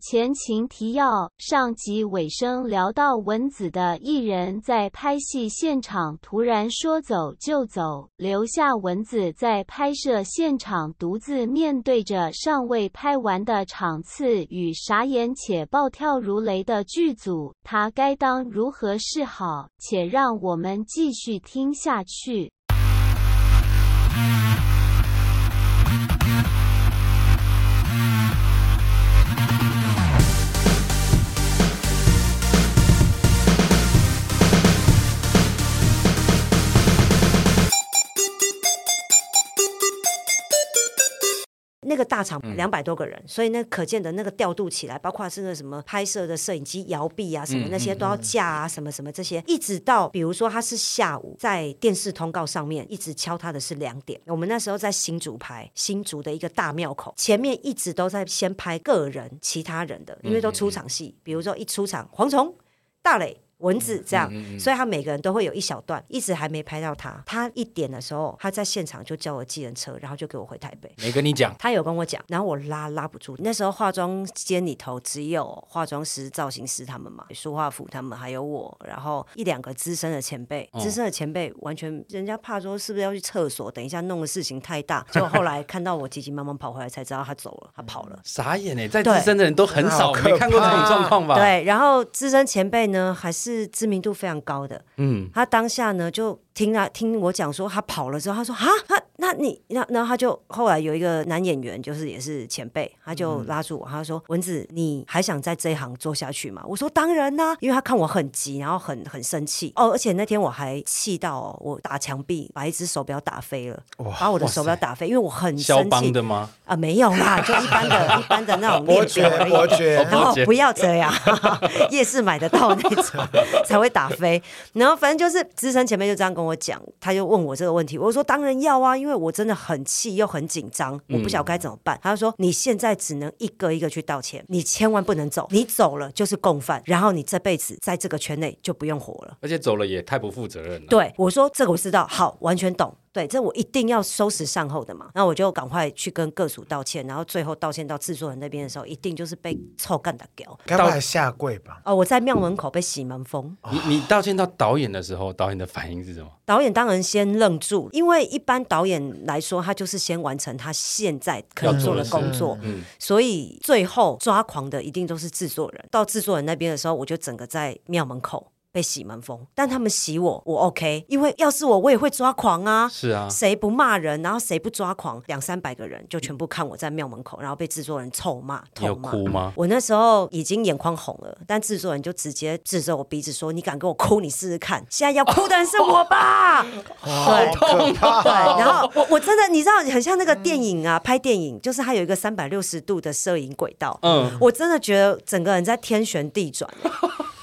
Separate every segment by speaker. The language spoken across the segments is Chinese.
Speaker 1: 前情提要：上集尾声聊到文子的艺人在拍戏现场突然说走就走，留下文子在拍摄现场独自面对着尚未拍完的场次与傻眼且暴跳如雷的剧组，他该当如何是好？且让我们继续听下去。
Speaker 2: 那个大场
Speaker 3: 嗯
Speaker 2: 两百多个人，所以那可见的那个调度起来，包括是那什么拍摄的摄影机摇臂啊，什么
Speaker 3: 嗯
Speaker 2: 那些
Speaker 3: 嗯
Speaker 2: 都要架啊，什么什么这些，一直到比如说他是下午在电视通告上面一直敲他的是两点，我们那时候在新竹拍新竹的一个大庙口，前面一直都在先拍个人其他人的，因为都
Speaker 3: 嗯
Speaker 2: 出场戏，比如说一出场蝗虫、大磊、蚊子这样，
Speaker 3: 嗯嗯嗯
Speaker 2: 所以他每个人都会有一小段，一直还没拍到他。他一点的时候，他在现场就叫我计程车，然后就给我回台北。
Speaker 3: 没跟你讲，
Speaker 2: 他有跟我讲，然后我拉拉不住。那时候化妆间里头只有化妆师、造型师他们嘛，书画府他们还有我，然后一两个资深的前辈，
Speaker 3: 哦
Speaker 2: 资深的前辈完全人家怕说是不是要去厕所，等一下弄的事情太大，结果后来看到我急急忙忙跑回来才知道他走了，他跑了。
Speaker 3: 傻眼哎，在
Speaker 2: 对
Speaker 3: 资深的人都很少
Speaker 4: 好可怕
Speaker 3: 没看过这种状况吧？，
Speaker 2: 对，然后资深前辈呢，还是知名度非常高的，
Speaker 3: 嗯，
Speaker 2: 他当下呢就听啊听我讲说他跑了之后，他说啊，他那你那然后他就后来有一个男演员，就是也是前辈，他就拉住我，他说蚊子，你还想在这一行做下去吗？我说当然啦、因为他看我很急，然后很很生气哦，而且那天我还气到、哦、我打墙壁，把一只手表打飞了，把我的手表打飞，因为我很
Speaker 3: 肖
Speaker 2: 生
Speaker 3: 邦
Speaker 2: 气
Speaker 3: 的吗？
Speaker 2: 啊，没有啦，就一般的 一般的那种
Speaker 4: 伯
Speaker 2: 链
Speaker 4: 爵
Speaker 2: 表而已。
Speaker 4: 伯爵，
Speaker 2: 然
Speaker 3: 了
Speaker 2: 后
Speaker 3: 解
Speaker 2: 不要这样， 夜市买得到那种才会打飞。然后反正就是资深前辈就这样跟我讲，他就问我这个问题，我说当然要啊，因为我真的很气又很紧张，我不晓
Speaker 3: 嗯
Speaker 2: 得该怎么办。他就说你现在只能一个一个去道歉，你千万不能走，你走了就是共犯，然后你这辈子在这个圈内就不用活了。
Speaker 3: 而且走了也太不负责任了。
Speaker 2: 对，我说这个我知道，好，完全懂。对，这我一定要收拾善后的嘛。那我就赶快去跟各属道歉，然后最后道歉到制作人那边的时候，一定就是被臭干打掉。
Speaker 4: 该不会还下跪吧？
Speaker 2: 哦，我在庙门口被洗门风，
Speaker 3: 你你道歉到导演的时候，导演的反应是什么？
Speaker 2: 导演当然先愣住，因为一般导演来说，他就是先完成他现在可以做的工作，
Speaker 3: 嗯，
Speaker 2: 所以最后抓狂的一定都是制作人。到制作人那边的时候，我就整个在庙门口被洗门风，但他们洗我，我 OK，因为要是我，我也会抓狂啊。
Speaker 3: 是啊，
Speaker 2: 谁不骂人，然后谁不抓狂，两三百个人就全部看我在庙门口，然后被制作人臭骂、
Speaker 3: 你有
Speaker 2: 痛骂。啊
Speaker 3: 哭吗？
Speaker 2: 我那时候已经眼眶红了，但制作人就直接指着我鼻子说：“你敢跟我哭，你试试看！现在要哭的人是我吧？”对。
Speaker 4: 可怕！
Speaker 2: 对，然后我我真的你知道很像那个电影啊，拍电影就是它有一个三百六十度的摄影轨道，
Speaker 3: 嗯，
Speaker 2: 我真的觉得整个人在天旋地转。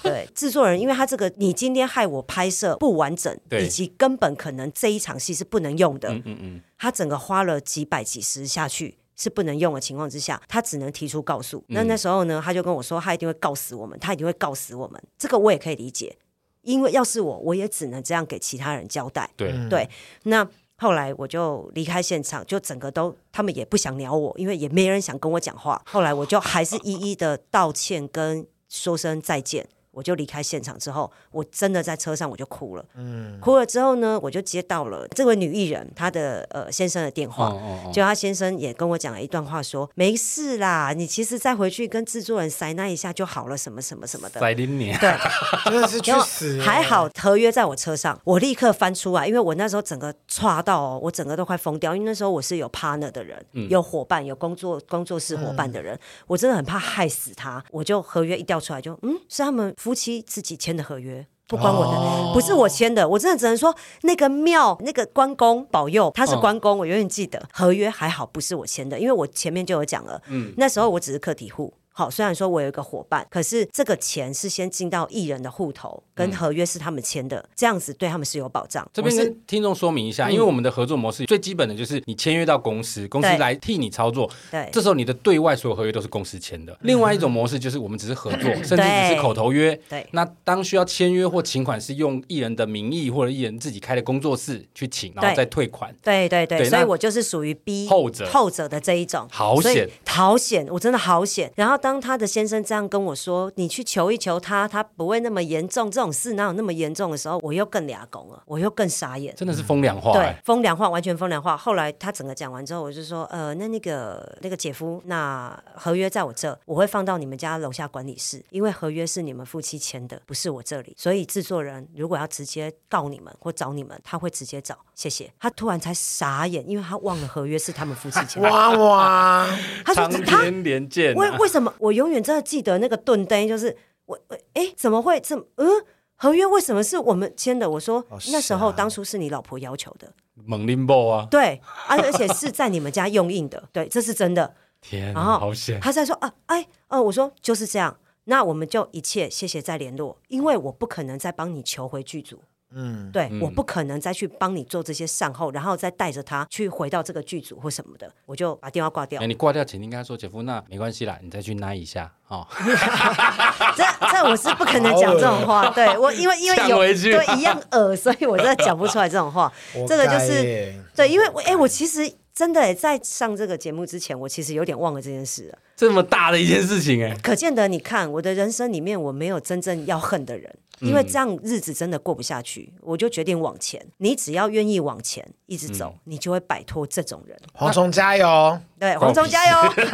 Speaker 2: 对，制作人，因为他这个你今天害我拍摄不完整，
Speaker 3: 对
Speaker 2: 以及根本可能这一场戏是不能用的，
Speaker 3: 嗯嗯嗯，
Speaker 2: 他整个花了几百几十下去是不能用的情况之下，他只能提出告诉。那那时候呢，他就跟我说，他一定会告死我们，他一定会告死我们。这个我也可以理解，因为要是我，我也只能这样给其他人交代。
Speaker 3: 对，
Speaker 2: 对，那后来我就离开现场，就整个都他们也不想鸟我，因为也没人想跟我讲话。后来我就还是一一的道歉跟说声再见。我就离开现场之后，我真的在车上我就哭了，嗯，哭了之后呢，我就接到了这位女艺人她的呃先生的电
Speaker 3: 哦
Speaker 2: 话，
Speaker 3: 哦哦，
Speaker 2: 就她先生也跟我讲了一段话说没事啦，你其实再回去跟制作人塞那一下就好了，什么什么什么的。
Speaker 3: 塞林你，
Speaker 2: 嗯对，
Speaker 4: 真的是去
Speaker 2: 然后
Speaker 4: 死！
Speaker 2: 还，好合约在我车上，我立刻翻出来，因为我那时候整个歘到、哦，我整个都快疯掉，因为那时候我是有 partner 的人，
Speaker 4: 嗯
Speaker 2: 有伙伴，有工作工作室伙伴的人，我真的很怕害死他，我就合约一调出来就，嗯，是他们夫妻自己签的合约。不关我的，
Speaker 4: 哦
Speaker 2: 不是我签的，我真的只能说那个庙那个关公保佑，他是
Speaker 4: 哦
Speaker 2: 关公，我永远记得合约还好不是我签的，因为我前面就有讲了，那时候我只是客体户。好，虽然说我有一个伙伴，可是这个钱是先进到艺人的户头，跟合约是他们签的，这样子对他们是有保障。
Speaker 3: 嗯这边
Speaker 2: 我是嗯
Speaker 3: 跟听众说明一下，因为我们的合作模式最基本的就是你签约到公司，公司
Speaker 2: 对
Speaker 3: 来替你操作，
Speaker 2: 对嗯
Speaker 3: 这时候你的对外所有合约都是公司签的。另外一种模式就是我们只是合作，甚至只是口头约。
Speaker 2: 对
Speaker 3: 那当需要签约或请款，是用艺人的名义或者艺人自己开的工作室去请，然后
Speaker 2: 对
Speaker 3: 再退款。
Speaker 2: 对对对，
Speaker 3: 对
Speaker 2: 所以
Speaker 3: 那
Speaker 2: 我就是属于 B
Speaker 3: 后者
Speaker 2: 后者的这一种，
Speaker 3: 好险
Speaker 2: 所以好险，我真的好险。然后当她的先生这样跟我说：“你去求一求他，他不会那么严重，这种事哪有那么严重的时候？”我又更俩拱了，我又更傻眼。
Speaker 3: 真的是风凉话、
Speaker 2: 对
Speaker 3: 哎，
Speaker 2: 风凉话，完全风凉话。后来他整个讲完之后，我就说，呃，那那个那个姐夫，那合约在我这，我会放到你们家楼下管理室，因为合约是你们夫妻签的，不是我这里。所以制作人如果要直接告你们或找你们，他会直接找。谢谢。他突然才傻眼，因为他忘了合约是他们夫妻签的。
Speaker 4: 哇哇，
Speaker 2: 他说
Speaker 3: 长
Speaker 2: 他
Speaker 3: 篇连剑、
Speaker 2: 为
Speaker 3: 啊，
Speaker 2: 为什么我永远真的记得那个顿灯，就是我我哎怎么会这么嗯？合约为什么是我们签的？我说、
Speaker 4: 哦
Speaker 2: 那时候
Speaker 4: 是啊
Speaker 2: 当初是你老婆要求的，
Speaker 3: 猛林波啊！
Speaker 2: 对，而、而且是在你们家用印的，对，这是真的。
Speaker 3: 天
Speaker 2: 然
Speaker 3: 啊，
Speaker 2: 后
Speaker 3: 好险！
Speaker 2: 他在说啊，哎，哦，我说就是这样，那我们就一切谢谢再联络，因为我不可能再帮你求回剧组，
Speaker 4: 嗯，
Speaker 2: 对、我不可能再去帮你做这些善后，然后再带着他去回到这个剧组或什么的，我就把电话挂掉
Speaker 3: 哎，。你挂掉前你跟他说，姐夫，那没关系啦，你再去拉一下哦。
Speaker 2: 这这我是不可能讲这种话，对我因为因为
Speaker 3: 呛
Speaker 2: 有
Speaker 3: 回去
Speaker 2: 对一样恶，所以我真的讲不出来这种话。这个就
Speaker 4: 活该
Speaker 2: 是
Speaker 4: 耶
Speaker 2: 对，因为我哎、我其实真的、哎在上这个节目之前，我其实有点忘了这件事了。
Speaker 3: 这么大的一件事情、哎，
Speaker 2: 可见得，你看我的人生里面，我没有真正要恨的人，
Speaker 3: 嗯
Speaker 2: 因为这样日子真的过不下去，我就决定往前。你只要愿意往前一直走，
Speaker 3: 嗯
Speaker 2: 你就会摆脱这种人。
Speaker 4: 蝗虫加油，
Speaker 2: 对，
Speaker 3: 关我
Speaker 2: 黄忠加油！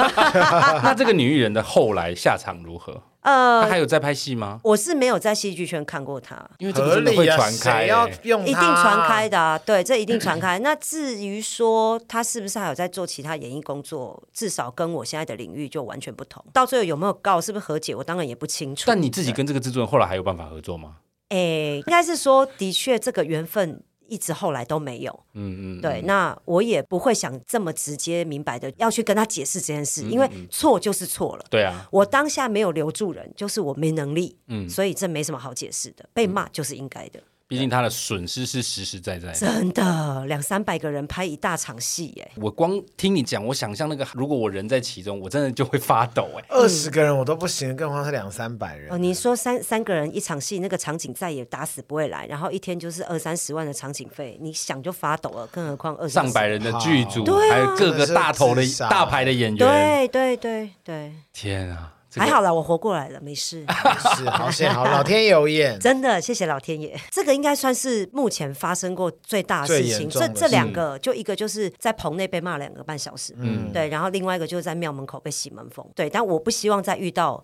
Speaker 3: 那这个女艺人的后来下场如何？她
Speaker 2: 啊呃，
Speaker 3: 还有在拍戏吗？
Speaker 2: 我是没有在戏剧圈看过他，
Speaker 3: 因为这个
Speaker 4: 合
Speaker 3: 真的会
Speaker 4: 理啊，
Speaker 3: 传开、
Speaker 4: 谁要
Speaker 3: 哎
Speaker 4: 用它
Speaker 2: 一定传开的、啊，对，这一定传开。 那至于说他是不是还有在做其他演艺工作，至少跟我现在的领域就完全不同。到最后有没有告，是不是和解，我当然也不清楚。
Speaker 3: 但你自己跟这个制作人后来还有办法合作吗？
Speaker 2: 诶，应该是说，的确这个缘分一直后来都没有。
Speaker 3: 嗯嗯，
Speaker 2: 对，那我也不会想这么直接明白的要去跟他解释这件事，
Speaker 3: 嗯
Speaker 2: 因为错就是错了。
Speaker 3: 对啊，
Speaker 2: 我当下没有留住人，就是我没能力，
Speaker 3: 嗯
Speaker 2: 所以这没什么好解释的。被骂就是应该的，
Speaker 3: 毕竟她的损失是实实在在的。
Speaker 2: 真的，两三百个人拍一大场戏，耶，
Speaker 3: 我光听你讲，我想象那个，如果我人在其中，我真的就会发抖哎、
Speaker 4: 二十个人我都不行，更何况是两三百
Speaker 2: 哦，
Speaker 4: 人。
Speaker 2: 你说三三个人一场戏，那个场景再也打死不会来，然后一天就是二三十万的场景费，你想就发抖了，更何况二
Speaker 3: 上百人的剧组，
Speaker 2: 对啊
Speaker 3: 还有各个大头的
Speaker 4: 真的是自杀
Speaker 3: 大牌的演员，
Speaker 2: 对对对对，
Speaker 3: 天啊，这个
Speaker 2: 还好啦，我活过来了，没事。
Speaker 4: 是好险，好老天有眼，
Speaker 2: 真的，谢谢老天爷，这个应该算是目前发生过最大的事
Speaker 4: 最
Speaker 2: 情。
Speaker 4: 严重
Speaker 2: 这
Speaker 4: 的
Speaker 2: 这两个，就一个就是在棚内被骂两个半小时，嗯，对，然后另外一个就是在庙门口被洗门风，对。但我不希望再遇到，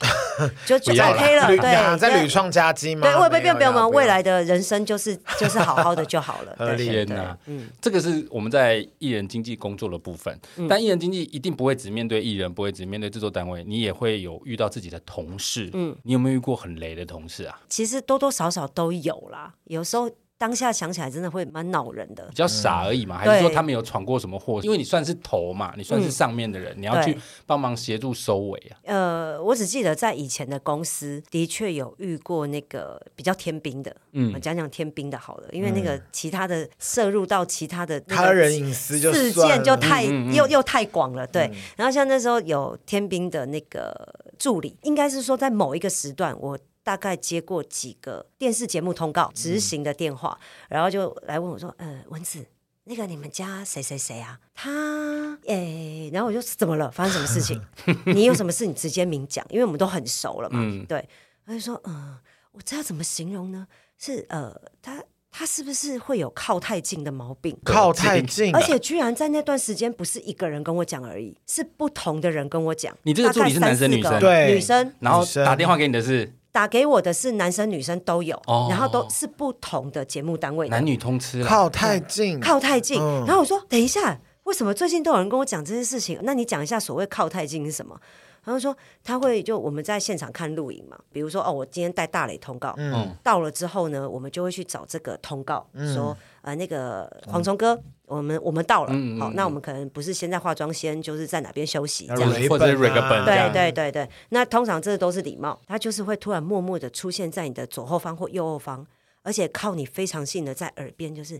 Speaker 2: 就就
Speaker 3: 不要啦
Speaker 2: OK 了，
Speaker 4: 屡
Speaker 2: 对，
Speaker 4: 啊在
Speaker 2: 对
Speaker 4: 屡。创佳绩吗？
Speaker 2: 对，我也不
Speaker 4: 没有
Speaker 2: 要不要嘛，
Speaker 4: 啦
Speaker 2: 未来的人生就是就是好好的就好了。
Speaker 4: 合理
Speaker 2: 对
Speaker 3: 天
Speaker 2: 对
Speaker 3: 呐，这个是我们在艺人经纪工作的部分，
Speaker 2: 嗯
Speaker 3: 但艺人经纪一定不会只面对艺人，不会只面对制作单位，你也会有遇到自己的同事。嗯，你有没有遇过很雷的同事啊？
Speaker 2: 其实多多少少都有啦，有时候当下想起来真的会蛮恼人的
Speaker 3: 比。较傻而已嘛，还是说
Speaker 2: 对嗯
Speaker 3: 他们有闯过什么祸？因为你算是头嘛，你算是上面的人，你要去
Speaker 2: 对
Speaker 3: 帮忙协助收尾啊。
Speaker 2: 呃，我只记得在以前的公司，的确有遇过那个比较天兵的，嗯，讲讲天兵的好了，因为那个其他的摄入到其他的那个
Speaker 4: 嗯他人隐私就
Speaker 2: 事
Speaker 4: 算
Speaker 2: 件就
Speaker 4: 了嗯
Speaker 2: 太又又太广了，对。然后像那时候有天兵的那个助理，应该是说在某一个时段我。大概接过几个电视节目通告执行的电
Speaker 4: 嗯
Speaker 2: 话，然后就来问我说：“呃，文子，那个你们家谁谁谁啊？他诶、然后我就怎么了？发生什么事 情？你有什么事你直接明讲，因为我们都很熟了嘛。对，他就说：嗯、我这要怎么形容呢？是呃，他他是不是会有靠太近的毛病？
Speaker 4: 靠太近了，
Speaker 2: 而且居然在那段时间，不是一个人跟我讲而已，是不同的人跟我讲。
Speaker 3: 你这个助理是男生
Speaker 2: 大概三四个
Speaker 3: 女
Speaker 4: 生对
Speaker 2: 女生
Speaker 3: 然后
Speaker 4: 女生
Speaker 3: 打电话给你的是
Speaker 2: 打给我的是男生女生都有，
Speaker 3: 哦
Speaker 2: 然后都是不同的节目单位的
Speaker 3: 男女通吃啦。
Speaker 4: 靠太近，
Speaker 2: 靠太近。然后我说等一下，为什么最近都有人跟我讲这件事情？那你讲一下所谓靠太近是什么？然后说他会就我们在现场看录影嘛，比如说哦，我今天带大磊通告，嗯，到了之后呢，我们就会去找这个通告，
Speaker 4: 嗯
Speaker 2: 说呃那个蝗虫哥，我们我们到了，
Speaker 3: 嗯嗯
Speaker 2: 好，
Speaker 3: 嗯
Speaker 2: 那我们可能不是先在化妆间，就是在哪边休息这
Speaker 4: 然
Speaker 2: 样
Speaker 4: 后
Speaker 2: 子。
Speaker 4: 雷
Speaker 3: 或者是
Speaker 4: 本啊
Speaker 3: Rick 本这
Speaker 2: 对
Speaker 3: 样
Speaker 2: 对对对，那通常这都是礼貌，他就是会突然默默的出现在你的左后方或右后方，而且靠你非常近的在耳边，就是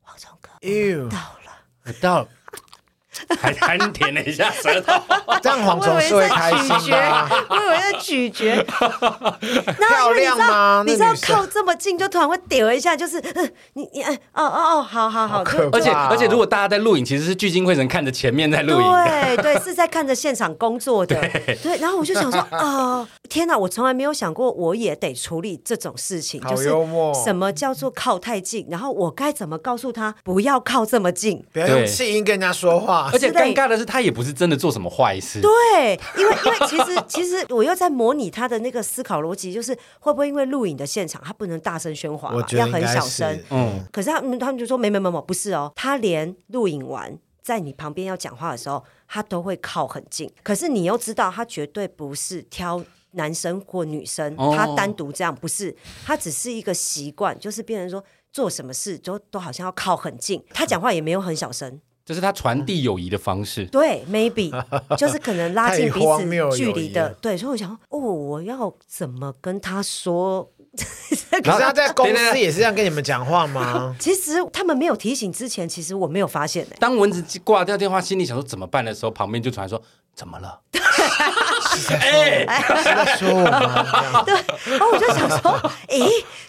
Speaker 2: 黄忠哥
Speaker 4: ，ew，
Speaker 2: 到了，
Speaker 3: 不到还还舔了一下 舌头，
Speaker 4: 这样嗯蝗虫是会开心的啊。
Speaker 2: 我以为在咀 嚼，然
Speaker 4: 漂
Speaker 2: 后因为你
Speaker 4: 亮
Speaker 2: 知道
Speaker 4: 吗，
Speaker 2: 你
Speaker 4: 那
Speaker 2: 知道
Speaker 4: 女生
Speaker 2: 靠这么近就突然会丢一下，就是呃你你哎哦哦哦，好好好，
Speaker 4: 好
Speaker 2: 就
Speaker 4: 可怕
Speaker 3: 而且
Speaker 4: 哇哦
Speaker 3: 而且如果大家在录影，其实是聚精会神看着前面在录影的，
Speaker 2: 对对，是在看着现场工作的。对，然后我就想说，啊，天哪，我从来没有想过我也得处理这种事情，
Speaker 4: 好
Speaker 2: 就是
Speaker 4: 幽默
Speaker 2: 什么叫做靠太近，然后我该怎么告诉他不要靠这么近？
Speaker 4: 不要用气音跟人家说话
Speaker 3: 而，且
Speaker 2: 之类
Speaker 3: 尴尬的是他也不是真的做什么坏事，
Speaker 2: 对，因为因为其实其实我又在模拟他的那个思考逻辑，就是会不会因为录影的现场他不能大声喧哗
Speaker 4: 我
Speaker 2: 嘛，
Speaker 4: 觉
Speaker 2: 要
Speaker 4: 得应
Speaker 2: 很
Speaker 4: 该
Speaker 2: 小声
Speaker 4: 是。。
Speaker 3: 嗯，
Speaker 2: 可是他们他们就说没没没没不是哦，他连录影完在你旁边要讲话的时候，他都会靠很近。可是你又知道他绝对不是挑男生或女生，
Speaker 3: 哦
Speaker 2: 他单独这样不是，他只是一个习惯，就是变成说做什么事都都好像要靠很近。他讲话也没有很小声，
Speaker 3: 这是他传递友谊的方式。
Speaker 2: 对，maybe 就是可能拉近
Speaker 4: 太
Speaker 2: 彼
Speaker 4: 荒谬
Speaker 2: 此距
Speaker 4: 友
Speaker 2: 离
Speaker 4: 谊
Speaker 2: 的
Speaker 4: 了，
Speaker 2: 对。所以我想，哦，我要怎么跟他说？
Speaker 4: 可是他在公
Speaker 3: 等等
Speaker 4: 司也是这样跟你们讲 话吗？
Speaker 2: 其实他们没有提醒之前，其实我没有发现欸呢、
Speaker 3: 当蚊子挂掉电话，心里想说怎么办的时候，旁边就传来说怎么了？哎，
Speaker 4: 是在说我吗？这样
Speaker 2: 对，然后我就想说，诶，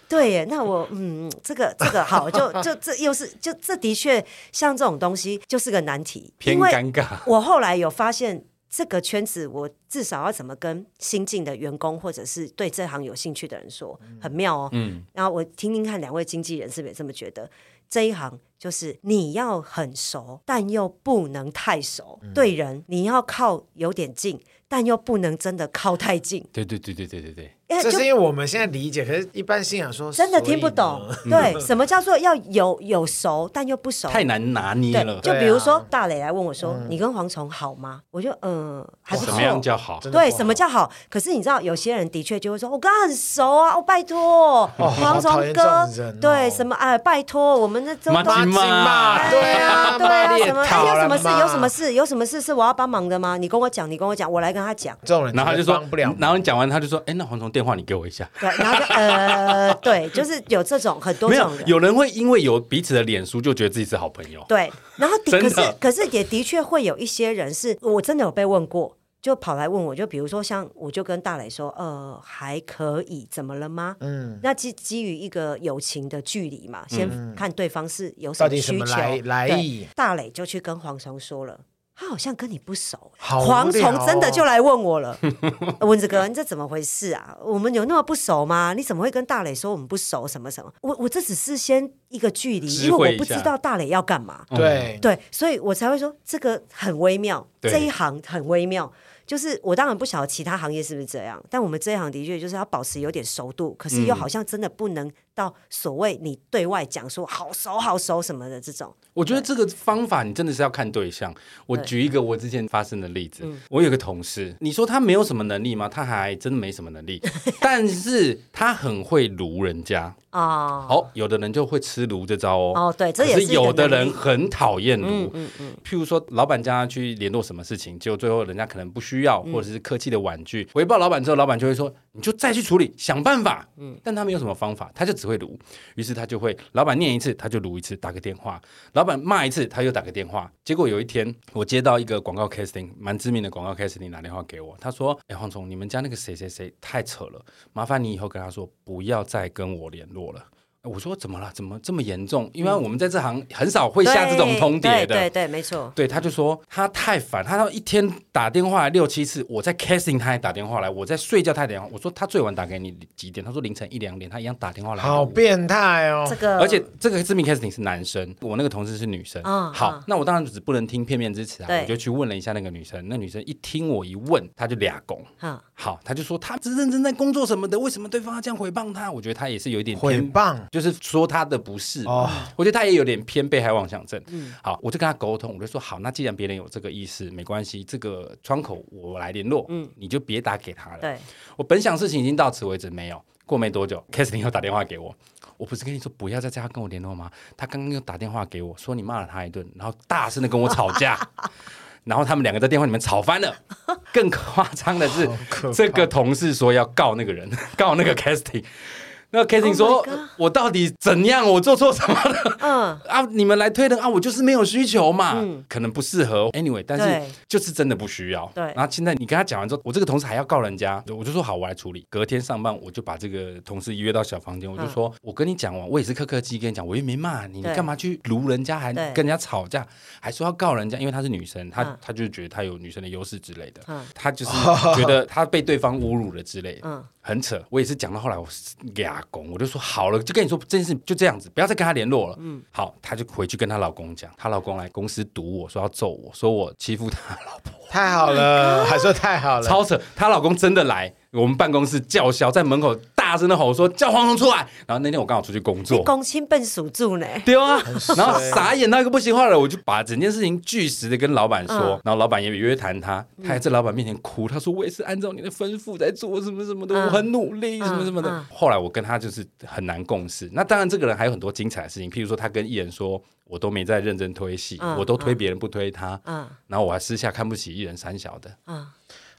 Speaker 2: 对耶，那我嗯，这个这个好，就就这又是就这的确像这种东西就是个难题，
Speaker 3: 偏
Speaker 2: 因为
Speaker 3: 尴尬
Speaker 2: 我后来有发现。这个圈子，我至少要怎么跟新进的员工或者是对这行有兴趣的人说，很妙哦。
Speaker 3: 嗯，
Speaker 2: 然后我听听看两位经纪人是不是也这么觉得？这一行就是你要很熟，但又不能太熟。对人，你要靠有点近，但又不能真的靠太近。
Speaker 3: 对对对对对对对，
Speaker 2: 哎
Speaker 4: 这
Speaker 2: 就是
Speaker 4: 因为我们现在理解，可是一般信仰说
Speaker 2: 真的
Speaker 4: 所以
Speaker 2: 听不懂
Speaker 4: 呢。 嗯
Speaker 2: 对，什么叫做要有有熟但又不熟？
Speaker 3: 太难拿捏
Speaker 2: 哦对，
Speaker 3: 了。
Speaker 2: 就
Speaker 4: 对
Speaker 2: 比如
Speaker 4: 啊
Speaker 2: 说大磊来问我说：“你跟蝗虫好吗？”我就嗯，还不
Speaker 3: 怎
Speaker 2: 错
Speaker 3: 么。样叫好？
Speaker 4: 真的
Speaker 2: 对，
Speaker 4: 不好
Speaker 2: 什么叫好？可是你知道，有些人的确就会说：“我跟他很熟啊，哦，拜托，蝗
Speaker 4: 好讨
Speaker 2: 虫
Speaker 4: 厌
Speaker 2: 哥
Speaker 4: 这种人哦，
Speaker 2: 对，什么哎，拜托，我们那周
Speaker 3: 妈
Speaker 2: 都
Speaker 3: 妈
Speaker 4: 妈
Speaker 3: 金
Speaker 4: 金
Speaker 3: 嘛
Speaker 4: 嘛，
Speaker 2: 对
Speaker 4: 对
Speaker 2: 啊，
Speaker 4: 啊，
Speaker 2: 对啊，
Speaker 4: 妈也
Speaker 2: 什么？哎，
Speaker 4: 讨
Speaker 2: 有什
Speaker 4: 了
Speaker 2: 么事？
Speaker 4: 嘛
Speaker 2: 有什么？事？有什么事是我要帮忙的吗？你跟我讲，你跟我讲，我来跟他讲。
Speaker 4: 这种人
Speaker 3: 然后他就
Speaker 4: 绝对
Speaker 3: 说
Speaker 4: 帮不了，，
Speaker 3: 然后你讲完他就说，哎，那蝗虫电话你给我一下。
Speaker 2: 对，然后就呃，对，就是有这种很多
Speaker 3: 没
Speaker 2: 这
Speaker 3: 有
Speaker 2: 种，人。
Speaker 3: 有人会因为有彼此的脸书就觉得自己是好朋
Speaker 4: 哦
Speaker 3: 友。
Speaker 2: 对，然 后的
Speaker 3: 真
Speaker 2: 可
Speaker 3: 的
Speaker 2: 是可是也的确会有一些人是我真的有被问过，就跑来问我，就比如说像我就跟大磊说，呃，还可以，怎么了吗？嗯，那基基于一个友情的距离嘛，先看对方是有什
Speaker 4: 嗯到
Speaker 2: 么
Speaker 4: 底什
Speaker 2: 需
Speaker 4: 么
Speaker 2: 求
Speaker 4: 来来
Speaker 2: 对
Speaker 4: 意？
Speaker 2: 大磊就去跟蝗虫说了。他好像跟你不熟，
Speaker 4: 好
Speaker 2: 蝗
Speaker 4: 无聊
Speaker 2: 虫真的
Speaker 4: 哦
Speaker 2: 就来问我了， 蚊子哥，你这怎么回事啊？我们有那么不熟吗？你怎么会跟大磊说我们不熟？什么什么？我我这只是先一个距离，
Speaker 3: 知
Speaker 2: 因为
Speaker 3: 会
Speaker 2: 我
Speaker 3: 一
Speaker 2: 不知
Speaker 3: 下
Speaker 2: 道大磊要干
Speaker 3: 嗯
Speaker 2: 嘛。
Speaker 4: 对，
Speaker 2: 对，所以我才会说这个很微妙，
Speaker 3: 对
Speaker 2: 这一行很微妙。就是我当然不晓得其他行业是不是这样，但我们这一行的确就是要保持有点熟度，可
Speaker 3: 嗯
Speaker 2: 是又好像真的不能到所谓你对外讲说好熟好熟什么的这种。
Speaker 3: 我觉得这个方法你真的是要看对象。我
Speaker 2: 对嗯
Speaker 3: 举一个我之前发生的例子，我有个同事，你说他没有什么能力吗？他还真的没什么能 力，但是他很会撸人家。
Speaker 2: 啊、
Speaker 3: 哦，有的人就会吃炉这招哦。
Speaker 2: 哦对这也
Speaker 3: 可
Speaker 2: 是
Speaker 3: 是
Speaker 2: 一个嗯
Speaker 3: 有的人
Speaker 2: 能力
Speaker 3: 很讨厌炉。譬如说，老板叫他去联络什么事情，结果最后人家可能不需要，或者是客气的婉拒。回报老板之后，老板就会说：“你就再去处理，想办法。”
Speaker 2: 嗯
Speaker 3: 但他没有什么方法，他就只会炉。于是他就会，老板念一次，他就炉一次，打个电话；老板骂一次，他又打个电话。结果有一天，我接到一个广告 casting，蛮知名的广告 casting 打电话给我，他说：“哎，黄总，你们家那个谁谁谁太扯了，麻烦你以后跟他说，不要再跟我联络了。”我说怎么了？怎么这么严重？因为我们在这行很少会下这种通牒
Speaker 2: 对对
Speaker 3: 的。
Speaker 2: 对对，没错。
Speaker 3: 对，他就说他太烦，他到一天打电话来六七次，我在 casting 他也打电话来，我在睡觉他也打电话。我说他最晚打给你几点？他说凌晨一两点，他一样打电话来。
Speaker 4: 好变态哦
Speaker 2: 这！个
Speaker 3: 而且这个知名 casting 是男生，我那个同事是女生。
Speaker 2: 嗯
Speaker 3: 好，
Speaker 2: 嗯
Speaker 3: 那我当然只不能听片面之词啊，
Speaker 2: 对
Speaker 3: 我就去问了一下那个女生。那女生一听我一问，她就俩拱。
Speaker 2: 哈，
Speaker 3: 好，她就说她只认真在工作什么的，为什么对方要这样诽谤她？我觉得她也是有一点
Speaker 4: 毁
Speaker 3: 偏
Speaker 4: 谤
Speaker 3: 就是说她的不是。
Speaker 4: 哦
Speaker 3: 我觉得她也有点偏被害妄想症。
Speaker 2: 嗯
Speaker 3: 好，我就跟她沟通，我就说好，那既然别人有这个意思，没关系，这个窗口我来联络，你就别打给他了。
Speaker 2: 嗯对，
Speaker 3: 我本想事情已经到此为止，没有。过没多久 k a t h y 又打电话给我，我不是跟你说不要再这样跟我联络吗？他刚刚又打电话给我说你骂了他一顿，然后大声的跟我吵 架，然后他们两个在电话里面吵翻了。更夸张的是
Speaker 4: 可，怕
Speaker 3: 这个同事说要告那个人，告那个 Casting。那 k a t h y
Speaker 2: Oh my
Speaker 3: 说
Speaker 2: God
Speaker 3: 我到底怎样？我做错什么了？
Speaker 2: 嗯，
Speaker 3: 啊，你们来推的啊，我就是没有需求嘛，可能不适合。Anyway，但
Speaker 2: 对
Speaker 3: 是就是真的不需要。
Speaker 2: 对
Speaker 3: 然后现在你跟他讲完之后，我这个同事还要告人家，我就说好，我来处理。隔天上班，我就把这个同事约到小房间，我就说，我跟你讲完，我也是客客气气跟你讲，我又没骂你，你
Speaker 2: 嗯对
Speaker 3: 干嘛去撸人家，还
Speaker 2: 对
Speaker 3: 跟人家吵架，还说要告人家，因为她是女生，她
Speaker 2: 嗯
Speaker 3: 她就是觉得她有女生的优势之类的
Speaker 2: 嗯，
Speaker 3: 她就是觉得她被对方侮辱了之类的。
Speaker 2: 嗯
Speaker 3: 很扯。我也是讲到后来，我哑公，我就说好了，就跟你说这件事就这样子，不要再跟他联络了。嗯，好，她就回去跟她老公讲，她老公来公司堵我说要揍我，说我欺负她老婆，
Speaker 4: 太好
Speaker 2: Oh
Speaker 4: 了，还说太好了，
Speaker 3: 超扯。她老公真的来我们办公室叫嚣，在门口大声的吼说叫黄龙出来。然后那天我刚好出去工作
Speaker 2: 你。公亲笨属住呢，
Speaker 3: 对啊，
Speaker 4: 衰
Speaker 3: 然后傻眼到一个不行，后来我就把整件事情据实的跟老板说，
Speaker 2: 嗯
Speaker 3: 然后老板也约谈他，他还在老板面前哭，他说我也是按照你的吩咐在做什么什么的，
Speaker 2: 嗯
Speaker 3: 我很努力
Speaker 2: 嗯
Speaker 3: 什么什么的。
Speaker 2: 嗯
Speaker 3: 后来我跟他就是很难共事。那当然，这个人还有很多精彩的事情，譬如说他跟艺人说。我都没在认真推戏，
Speaker 2: 嗯
Speaker 3: 我都推别人不推他，
Speaker 2: 嗯
Speaker 3: 然后我还私下看不起艺人三小的，
Speaker 2: 啊，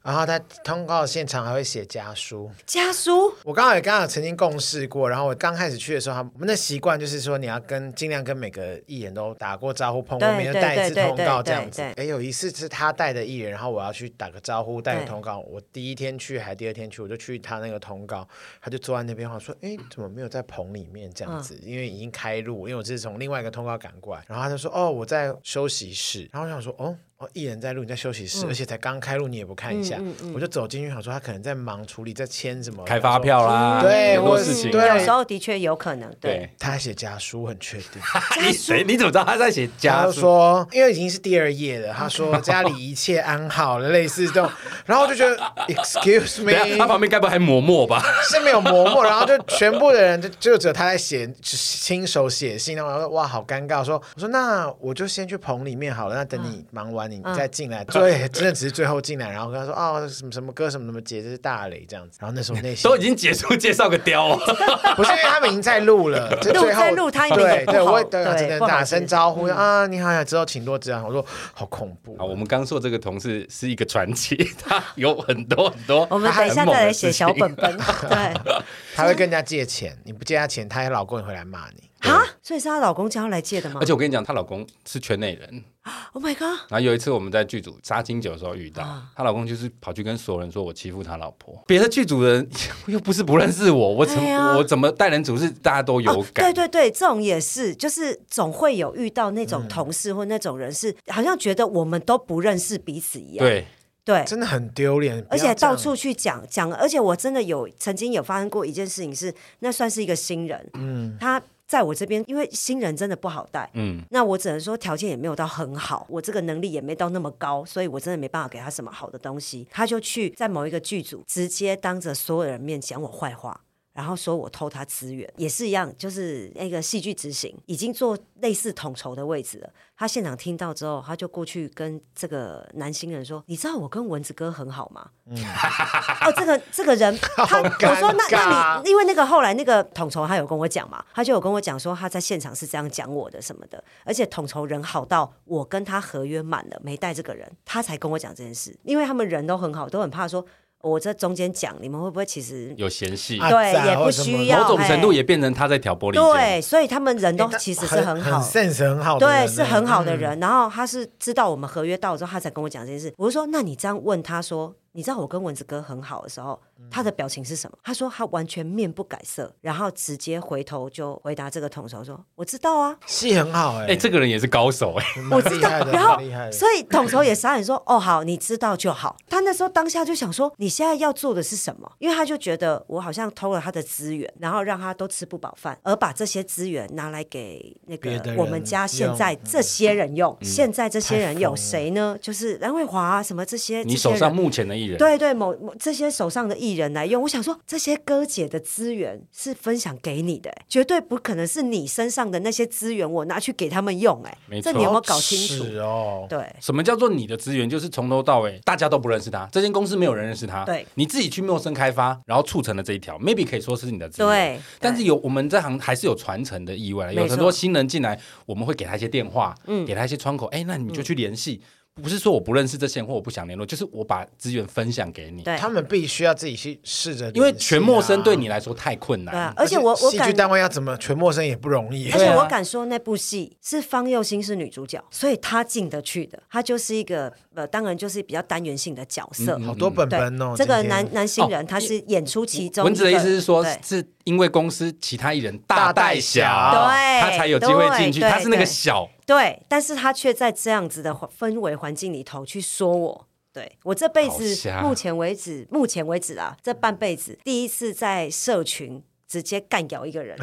Speaker 4: 然后他通告现场还会写家书。
Speaker 2: 家书
Speaker 4: 我刚好也刚好曾经共事过，然后我刚开始去的时候，他我们的习惯就是说你要跟尽量跟每个艺人都打过招呼，碰过
Speaker 2: 对
Speaker 4: 面，就带一次
Speaker 2: 对对
Speaker 4: 通告这
Speaker 2: 对
Speaker 4: 样子
Speaker 2: 对。
Speaker 4: 哎，有一次是他带的艺人，然后我要去打个招呼，带个
Speaker 2: 对
Speaker 4: 通告。我第一天去还第二天去，我就去他那个通告，他就坐在那边，我说：“哎，怎么没有在棚里面这样子？
Speaker 2: 嗯
Speaker 4: 因为已经开路，因为我这是从另外一个通告赶过来。”然后他就说：“哦，我在休息室。”然后我想说：“哦。”哦，艺人在录，你在休息
Speaker 2: 嗯
Speaker 4: 室，而且才刚开录，你也不看一下，我就走进去，想说他可能在忙处理，在签什么
Speaker 3: 开发票啦，
Speaker 2: 哦
Speaker 4: 对
Speaker 3: 很多
Speaker 4: 我
Speaker 3: 事情啊，
Speaker 4: 对
Speaker 2: 有时候的确有可能，对，
Speaker 3: 对，
Speaker 4: 他写家书很确 定，
Speaker 3: 你谁你怎么知道他在写家
Speaker 4: 他
Speaker 3: 书？
Speaker 4: 说，因为已经是第二页了，他 说家里一切安好了，类似这种，然后我就觉得 excuse
Speaker 3: 等一 下他
Speaker 4: me
Speaker 3: 旁边该不会还磨墨吧？
Speaker 4: 是没有磨墨，然后就全部的人就就只有他在写亲手写信，然后我说哇好尴尬，说我说那我就先去棚里面好了，那等
Speaker 3: 嗯
Speaker 4: 你忙完你再进来，对，真的只是最后进来，然后跟他说哦什么什么歌什么什么节这是大雷这样子，然后那时候内 心
Speaker 3: 都已经结束介绍个雕哦。
Speaker 4: 不是因为他们已经在 录了，就
Speaker 2: 录
Speaker 4: 最后
Speaker 2: 在录他也没有
Speaker 4: 对
Speaker 2: 不
Speaker 4: 对，
Speaker 2: 好
Speaker 4: 我对
Speaker 2: 对
Speaker 4: 只能
Speaker 2: 不好
Speaker 4: 打
Speaker 2: 意思嗯
Speaker 4: 声招呼啊，你好呀，之后请多指导。我说好恐怖 啊
Speaker 3: 好，，我们刚说这个同事是一个传奇，他有很多很多很猛的事情。
Speaker 2: 我们等一下再来写小本本， 对。
Speaker 4: 她会跟人家借钱，你不借她钱，她老公也会来骂你。
Speaker 2: 啊，所以是她老公叫她来借的吗
Speaker 3: 而且我跟你讲，她老公是圈内人。
Speaker 2: ？Oh my god！
Speaker 3: 然后有一次我们在剧组杀金酒的时候遇到，
Speaker 2: 啊
Speaker 3: 她老公就是跑去跟所有人说我欺负他老婆，别的剧组人又不是不认识我，我怎
Speaker 2: 对啊
Speaker 3: 我怎么待人处事大家都有
Speaker 2: 哦，
Speaker 3: 感。
Speaker 2: 对对对，这种也是，就是总会有遇到那
Speaker 3: 嗯
Speaker 2: 种同事或那种人是，好像觉得我们都不认识彼此一样，
Speaker 3: 对
Speaker 2: 对，
Speaker 4: 真的很丢脸，
Speaker 2: 而且
Speaker 4: 不要这样
Speaker 2: 到处去讲讲，而且我真的有曾经有发生过一件事情是，那算是一个新人，嗯，他在我这边，因为新人真的不好带，
Speaker 3: 嗯，
Speaker 2: 那我只能说条件也没有到很好，我这个能力也没到那么高，所以我真的没办法给他什么好的东西。他就去在某一个剧组，直接当着所有人面讲我坏话。然后说我偷他资源，也是一样，就是那个戏剧执行已经做类似统筹的位置了。他现场听到之后，他就过去跟这个男新人说：“你知道我跟蚊子哥很好吗？”哦，这个这个人，他
Speaker 4: 嗯 好尴
Speaker 2: 我说那那
Speaker 4: 尬
Speaker 2: 你，因为那个后来那个统筹他有跟我讲嘛，他就有跟我讲说他在现场是这样讲我的什么的，而且统筹人好到我跟他合约满了没带这个人，他才跟我讲这件事，因为他们人都很好，都很怕说我这中间讲你们会不会其实
Speaker 3: 有嫌隙，
Speaker 4: 啊
Speaker 2: 对
Speaker 4: 杂
Speaker 2: 也
Speaker 4: 或
Speaker 2: 不
Speaker 4: 什么
Speaker 2: 需
Speaker 4: 的
Speaker 2: 要
Speaker 3: 某种程度
Speaker 2: 哎
Speaker 3: 也变成他在挑拨离间。
Speaker 2: 对，所以他们人都
Speaker 4: 欸她
Speaker 2: 其实是
Speaker 4: 很
Speaker 2: 好
Speaker 4: 很。sense 很好的人
Speaker 2: 对，
Speaker 4: 欸，
Speaker 2: 是很好的人。然后他是知道我们合约到了之后，他才跟我讲这件事。我就说，那你这样问他说，你知道我跟蚊子哥很好的时候，他的
Speaker 4: 嗯
Speaker 2: 表情是什么？他说他完全面不改色，然后直接回头就回答这个统筹说：“我知道啊，
Speaker 4: 戏很好哎
Speaker 3: 哎，，这个人也是高手哎。
Speaker 4: 蛮
Speaker 2: 我知
Speaker 4: 厉
Speaker 2: 道
Speaker 4: 害。的”
Speaker 2: 然后
Speaker 4: 蛮厉害，的
Speaker 2: 所以统筹也傻眼说：“哦，好，你知道就好。”他那时候当下就想说：“你现在要做的是什么？”因为他就觉得我好像偷了他的资源，然后让他都吃不饱饭，而把这些资源拿来给那
Speaker 4: 别
Speaker 2: 个
Speaker 4: 的人
Speaker 2: 我们家现在
Speaker 4: 用嗯
Speaker 2: 这些人用。
Speaker 3: 嗯
Speaker 2: 现在这些人
Speaker 4: 太疯
Speaker 2: 有
Speaker 4: 了
Speaker 2: 谁呢？就是梁慧华、啊、什么这些，
Speaker 3: 你
Speaker 2: 这些
Speaker 3: 手
Speaker 2: 人
Speaker 3: 上目前的艺人，
Speaker 2: 对对，某某这些手上的艺人来用，我想说这些哥姐的资源是分享给你的、欸绝对不可能是你身上的那些资源我拿去给他们用、欸，
Speaker 3: 没
Speaker 2: 这
Speaker 3: 错
Speaker 2: 你有没有搞清楚？
Speaker 4: 是哦，
Speaker 2: 对，
Speaker 3: 什么叫做你的资源？就是从头到尾大家都不认识他，这间公司没有人认识他，
Speaker 2: 对，
Speaker 3: 你自己去陌生开发，然后促成了这一条，maybe 可以说是你的资源。
Speaker 2: 对
Speaker 3: 但是有我们这行还是有传承的意味，
Speaker 2: 没错嗯
Speaker 3: 有很多新人进来，我们会给他一些电话，给他一些窗口，哎，那你就去联系。不是说我不认识这些人或我不想联络，就是我把资源分享给你，
Speaker 2: 对
Speaker 4: 他们必须要自己去试着联系
Speaker 3: 因
Speaker 4: 啊，
Speaker 3: 为全陌生对你来说太困难。
Speaker 2: 对啊，而且我我
Speaker 4: 嗯戏剧
Speaker 2: 感
Speaker 4: 单位要怎么全陌生也不容易
Speaker 2: 而，
Speaker 3: 对
Speaker 2: 且
Speaker 3: 啊
Speaker 2: 我敢说，那部戏是方佑欣是女主角，所以她进得去的，她就是一个呃，当然就是比较单元性的角色。
Speaker 4: 好多本
Speaker 2: 对
Speaker 4: 本哦，，
Speaker 2: 这个
Speaker 4: 今天
Speaker 2: 男男新人他是演出其中一个。
Speaker 3: 文子的意思是说
Speaker 2: 对，
Speaker 3: 是因为公司其他艺人
Speaker 4: 大
Speaker 3: 大
Speaker 4: 带
Speaker 3: 带
Speaker 4: 小
Speaker 3: 小，
Speaker 2: 对
Speaker 3: 他才有机会进去，
Speaker 2: 对
Speaker 3: 他是那个
Speaker 2: 对
Speaker 3: 小。
Speaker 2: 对，但是他却在这样子的环氛围环境里头去说我。对我这辈
Speaker 3: 好
Speaker 2: 子，
Speaker 3: 瞎
Speaker 2: 目前为止，目前为止啊，这半辈子第一次在社群直接干掉一个 人，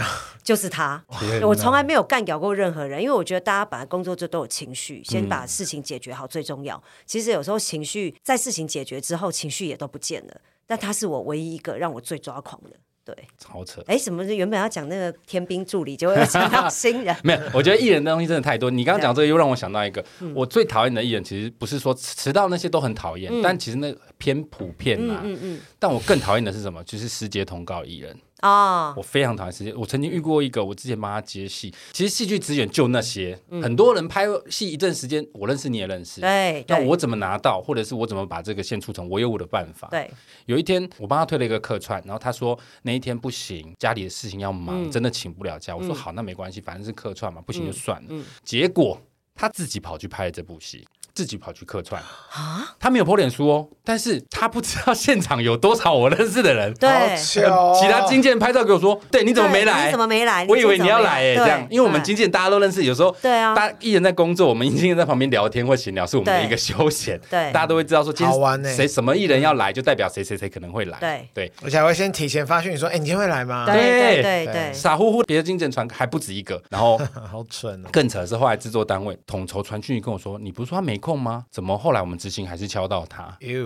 Speaker 2: 就是他。
Speaker 3: 天
Speaker 2: 我从来没有干掉过任何人，因为我觉得大家本来工作就都有情绪，先把事情解决好最重
Speaker 3: 嗯
Speaker 2: 要。其实有时候情绪在事情解决之后，情绪也都不见了。但他是我唯一一个让我最抓狂的。对，
Speaker 3: 超扯。。
Speaker 2: 哎，什么？原本要讲那个天兵助理，结果又讲到新人
Speaker 3: 没有，我觉得艺人的东西真的太多。你刚刚讲这个，又让我想到一个，
Speaker 2: 嗯
Speaker 3: 我最讨厌的艺人，其实不是说迟迟到那些都很讨厌，但其实那偏普遍嘛。
Speaker 2: 嗯嗯
Speaker 3: 但我更讨厌的是什么？就是师姐通告艺人，
Speaker 2: 哦，
Speaker 3: 我非常讨厌师姐。我曾经遇过一个，我之前帮他接戏，其实戏剧资源就那些，很多人拍戏一阵时间，我认识你也认识。
Speaker 2: 嗯对，
Speaker 3: 那
Speaker 2: 对
Speaker 3: 我怎么拿到，或者是我怎么把这个线促成？我有我的办法。
Speaker 2: 对
Speaker 3: 有一天我帮他推了一个客串，然后他说那一天不行，家里的事情要忙，
Speaker 2: 嗯
Speaker 3: 真的请不了假。我说好，那没关系，反正是客串嘛，不行就算了。
Speaker 2: 嗯
Speaker 3: 结果他自己跑去拍了这部戏。自己跑去客串，
Speaker 2: 啊，
Speaker 3: 他没有破脸书哦，但是他不知道现场有多少我认识的人，
Speaker 2: 对，
Speaker 4: 好巧哦
Speaker 3: 其他经纪人拍照给我说，对，你怎么
Speaker 2: 对
Speaker 3: 没来？
Speaker 2: 你怎么没来？
Speaker 3: 我以为你要来诶、欸
Speaker 2: 对
Speaker 3: 这样，因为我们
Speaker 2: 对
Speaker 3: 经纪人大家都认识，有时候
Speaker 2: 对啊
Speaker 3: 大家艺人在工作，我们经纪人在旁边聊天或闲聊，是我们的
Speaker 2: 对
Speaker 3: 一个休闲，
Speaker 2: 对嗯
Speaker 3: 大家都会知道说今
Speaker 4: 好玩欸
Speaker 3: 天谁什么艺人要来，就代表谁谁谁可能会来，
Speaker 2: 对
Speaker 3: 对。
Speaker 4: 而且还会先提前发讯说，哎，你今天会来吗？
Speaker 2: 对对
Speaker 3: 对
Speaker 2: 对
Speaker 4: 对
Speaker 2: 对，
Speaker 3: 傻乎乎，别的经纪人传还不止一个，然后
Speaker 4: 好蠢哦，
Speaker 3: 更扯的是后来制作单位统筹传讯息跟我说，你不是说他没空吗？怎么后来我们执行还是敲到他
Speaker 4: 哟，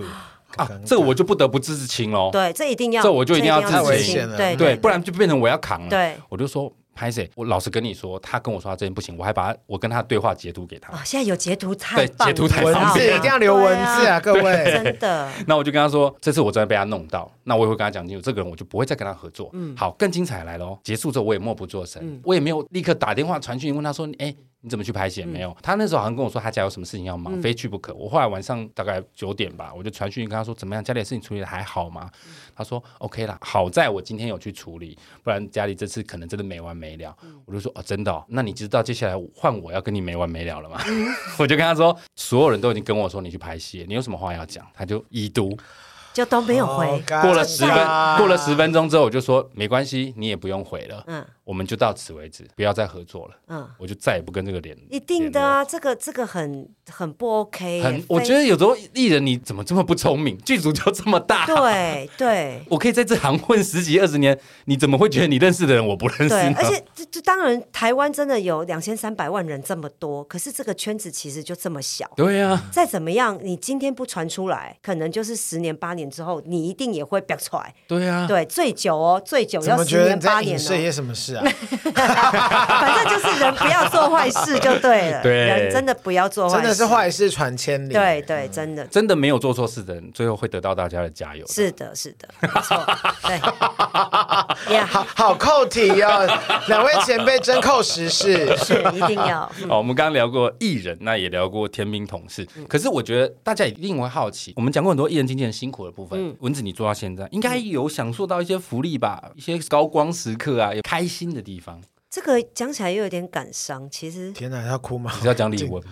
Speaker 4: 好
Speaker 3: 啊
Speaker 4: 尴？尬
Speaker 3: 这个我就不得不自清喽，
Speaker 2: 对，这一定要，
Speaker 3: 这我就一定要
Speaker 2: 这
Speaker 3: 自
Speaker 2: 执行
Speaker 4: 己太危险了
Speaker 2: 对
Speaker 3: 对，不然就变成我要扛了，
Speaker 2: 对
Speaker 3: 我就说。拍谁？我老实跟你说，他跟我说他这件不行，我还把他我跟他的对话截图给他。
Speaker 2: 啊，现在有截图太
Speaker 3: 对
Speaker 2: 棒了，
Speaker 3: 截图太
Speaker 4: 文
Speaker 3: 方
Speaker 4: 字
Speaker 3: 便
Speaker 4: 一定要留文字啊，，各
Speaker 2: 对啊
Speaker 4: 位，
Speaker 2: 真的，
Speaker 3: 那我就跟他说，这次我真的被他弄到，那我也会跟他讲清楚，这个人我就不会再跟他合作。好，更精彩来喽！结束之后我也默不作声，我也没有立刻打电话传讯问他说，哎、你怎么去拍戏？没有，他那时候好像跟我说他家有什么事情要忙，非去不可。我后来晚上大概九点吧，我就传讯跟他说怎么样，家里的事情处理的还好吗？他说 OK 啦，好在我今天有去处理，不然家里这次可能真的没完没了。我就说哦，真的、哦，那你知道接下来换我要跟你没完没了了吗？ 我就跟他说，所有人都已经跟我说你去拍戏，你有什么话要讲？他就已读，
Speaker 2: 就都没有
Speaker 4: 好
Speaker 2: 回，
Speaker 4: 尴尬
Speaker 3: 哦过了十分，
Speaker 2: 啊
Speaker 3: 过了十分钟之后，我就说没关系，你也不用回了，
Speaker 2: 嗯
Speaker 3: 我们就到此为止，不要再合作了。
Speaker 2: 嗯，
Speaker 3: 我就再也不跟这个脸，
Speaker 2: 一定的啊，这个这个很很不 OK，
Speaker 3: 联络。很
Speaker 2: 非，
Speaker 3: 我觉得有时候艺人你怎么这么不聪明？剧组就这么大，，
Speaker 2: 对对。
Speaker 3: 我可以在这行混十几二十年，你怎么会觉得你认识的人我不认识
Speaker 2: 对
Speaker 3: 呢，？
Speaker 2: 而且这这当然，台湾真的有两千三百万人这么多，可是这个圈子其实就这么小，
Speaker 3: 对啊，
Speaker 2: 再怎么样，你今天不传出来，可能就是十年八年之后，你一定也会表出来。
Speaker 3: 对啊，
Speaker 2: 对，最久哦，最久
Speaker 4: 怎
Speaker 2: 要
Speaker 4: 么觉
Speaker 2: 十
Speaker 4: 得
Speaker 2: 年
Speaker 4: 你
Speaker 2: 八
Speaker 4: 在
Speaker 2: 年
Speaker 4: 影
Speaker 2: 哦
Speaker 4: 射。一些什么事啊？
Speaker 2: 反正就是人不要做坏事就对了，
Speaker 3: 对
Speaker 2: 人 真的不要做坏事，嗯
Speaker 4: 真的是，坏事传千里，
Speaker 2: 对对，真的
Speaker 3: 真的没有做错事的人，最后会得到大家的加油。
Speaker 2: 是的，是的，没错， 对，也
Speaker 4: 好
Speaker 2: 好
Speaker 4: 好扣题哦，两位前辈真扣时 事。
Speaker 2: 是一定 要，嗯
Speaker 3: 好，我们刚刚聊过艺人，那也聊过天兵同事。可是我觉得大家一定会好奇，我们讲过很多艺人经纪人辛苦的部分。
Speaker 2: 嗯
Speaker 3: 蚊子，你做到现在，应该有享受到一些福利吧？一些高光时刻啊，有开心的地方。
Speaker 2: 这个讲起来又有点感伤，其实
Speaker 4: 天哪，要哭吗？
Speaker 3: 你是要讲李玟吗？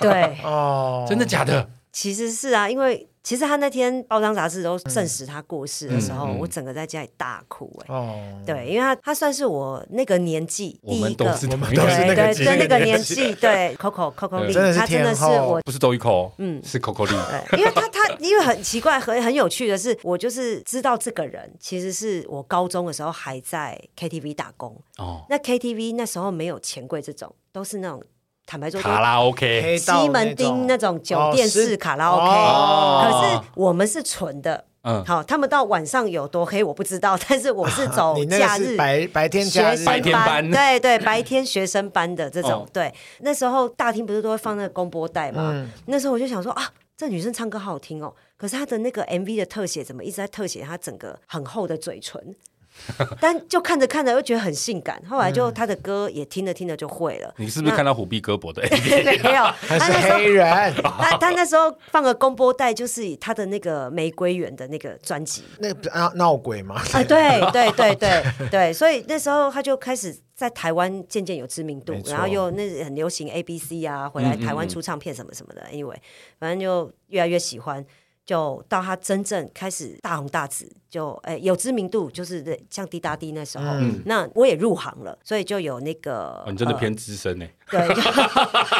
Speaker 2: 对，
Speaker 4: 哦，
Speaker 3: 真的假的？
Speaker 2: 其实是啊，因为其实他那天报章杂志都证实他过世的时候，
Speaker 3: 嗯嗯
Speaker 2: 我整个在家里大哭哎、
Speaker 4: 哦，
Speaker 2: 对，因为他他算是我那个年纪第
Speaker 3: 我
Speaker 2: 一
Speaker 3: 们
Speaker 2: 个，
Speaker 3: 都是
Speaker 2: 对
Speaker 3: 同一
Speaker 4: 都是那
Speaker 2: 对
Speaker 4: 个
Speaker 2: 对
Speaker 4: 级
Speaker 2: 对那
Speaker 4: 那
Speaker 2: 个
Speaker 4: 个
Speaker 2: 年
Speaker 4: 级
Speaker 2: 纪，对 Coco Coco
Speaker 3: 对
Speaker 2: Lee，
Speaker 4: 真的是
Speaker 2: 他真的
Speaker 4: 天
Speaker 2: 是
Speaker 4: 后
Speaker 2: 我。
Speaker 3: 不是周玉蔻，
Speaker 2: 嗯
Speaker 3: 嗯，是 Coco Lee。
Speaker 2: 对，因为他他因为很奇怪，很很有趣的是，我就是知道这个人，其实是我高中的时候还在 KTV 打工。
Speaker 3: 哦，
Speaker 2: 那 KTV 那时候没有钱柜这种，都是那种坦白说都
Speaker 3: 卡拉 OK，
Speaker 4: 黑道
Speaker 2: 西门町那种酒店
Speaker 4: 哦是
Speaker 2: 式卡拉 OK，、
Speaker 4: 哦
Speaker 2: 可是我们是纯的。
Speaker 3: 嗯，
Speaker 2: 好，他们到晚上有多黑我不知道， 但是我是走
Speaker 4: 你那
Speaker 2: 假
Speaker 4: 个
Speaker 2: 日
Speaker 4: 是白白天假
Speaker 2: 学
Speaker 4: 日嗯
Speaker 2: 生
Speaker 3: 白天
Speaker 2: 班，
Speaker 3: 班
Speaker 2: 对对，白天学生班的这种
Speaker 3: 哦，。
Speaker 2: 对，那时候大厅不是都会放那个公播带嘛，那时候我就想说啊。这女生唱歌好好听哦，可是她的那个 MV 的特写怎么一直在特写她整个很厚的嘴唇？但就看着看着又觉得很性感，后来就
Speaker 4: 嗯
Speaker 2: 他的歌也听着听着就会了
Speaker 3: 你是不是看到虎臂胳膊的 AV？
Speaker 2: 没 有，他
Speaker 4: 他是
Speaker 2: 那时候
Speaker 4: 黑人，
Speaker 2: 他他那时候放个公播带，就是他的那个玫瑰园的那个专辑。
Speaker 4: 那个闹闹鬼嘛，
Speaker 2: 啊， 对对对对对，所以那时候他就开始在台湾渐渐有知名度
Speaker 4: 没，错嗯
Speaker 2: 然后又那很流行 A B C 啊，回来台湾出唱片什么什么的。Anyway，反正就越来越喜欢，就到他真正开始大红大紫，就哎有知名度，就是像滴答滴那时候，
Speaker 4: 嗯
Speaker 2: 那我也入行了，所以就有那个、
Speaker 3: 哦你真的
Speaker 2: 呃
Speaker 3: 偏资深呢。
Speaker 2: 对，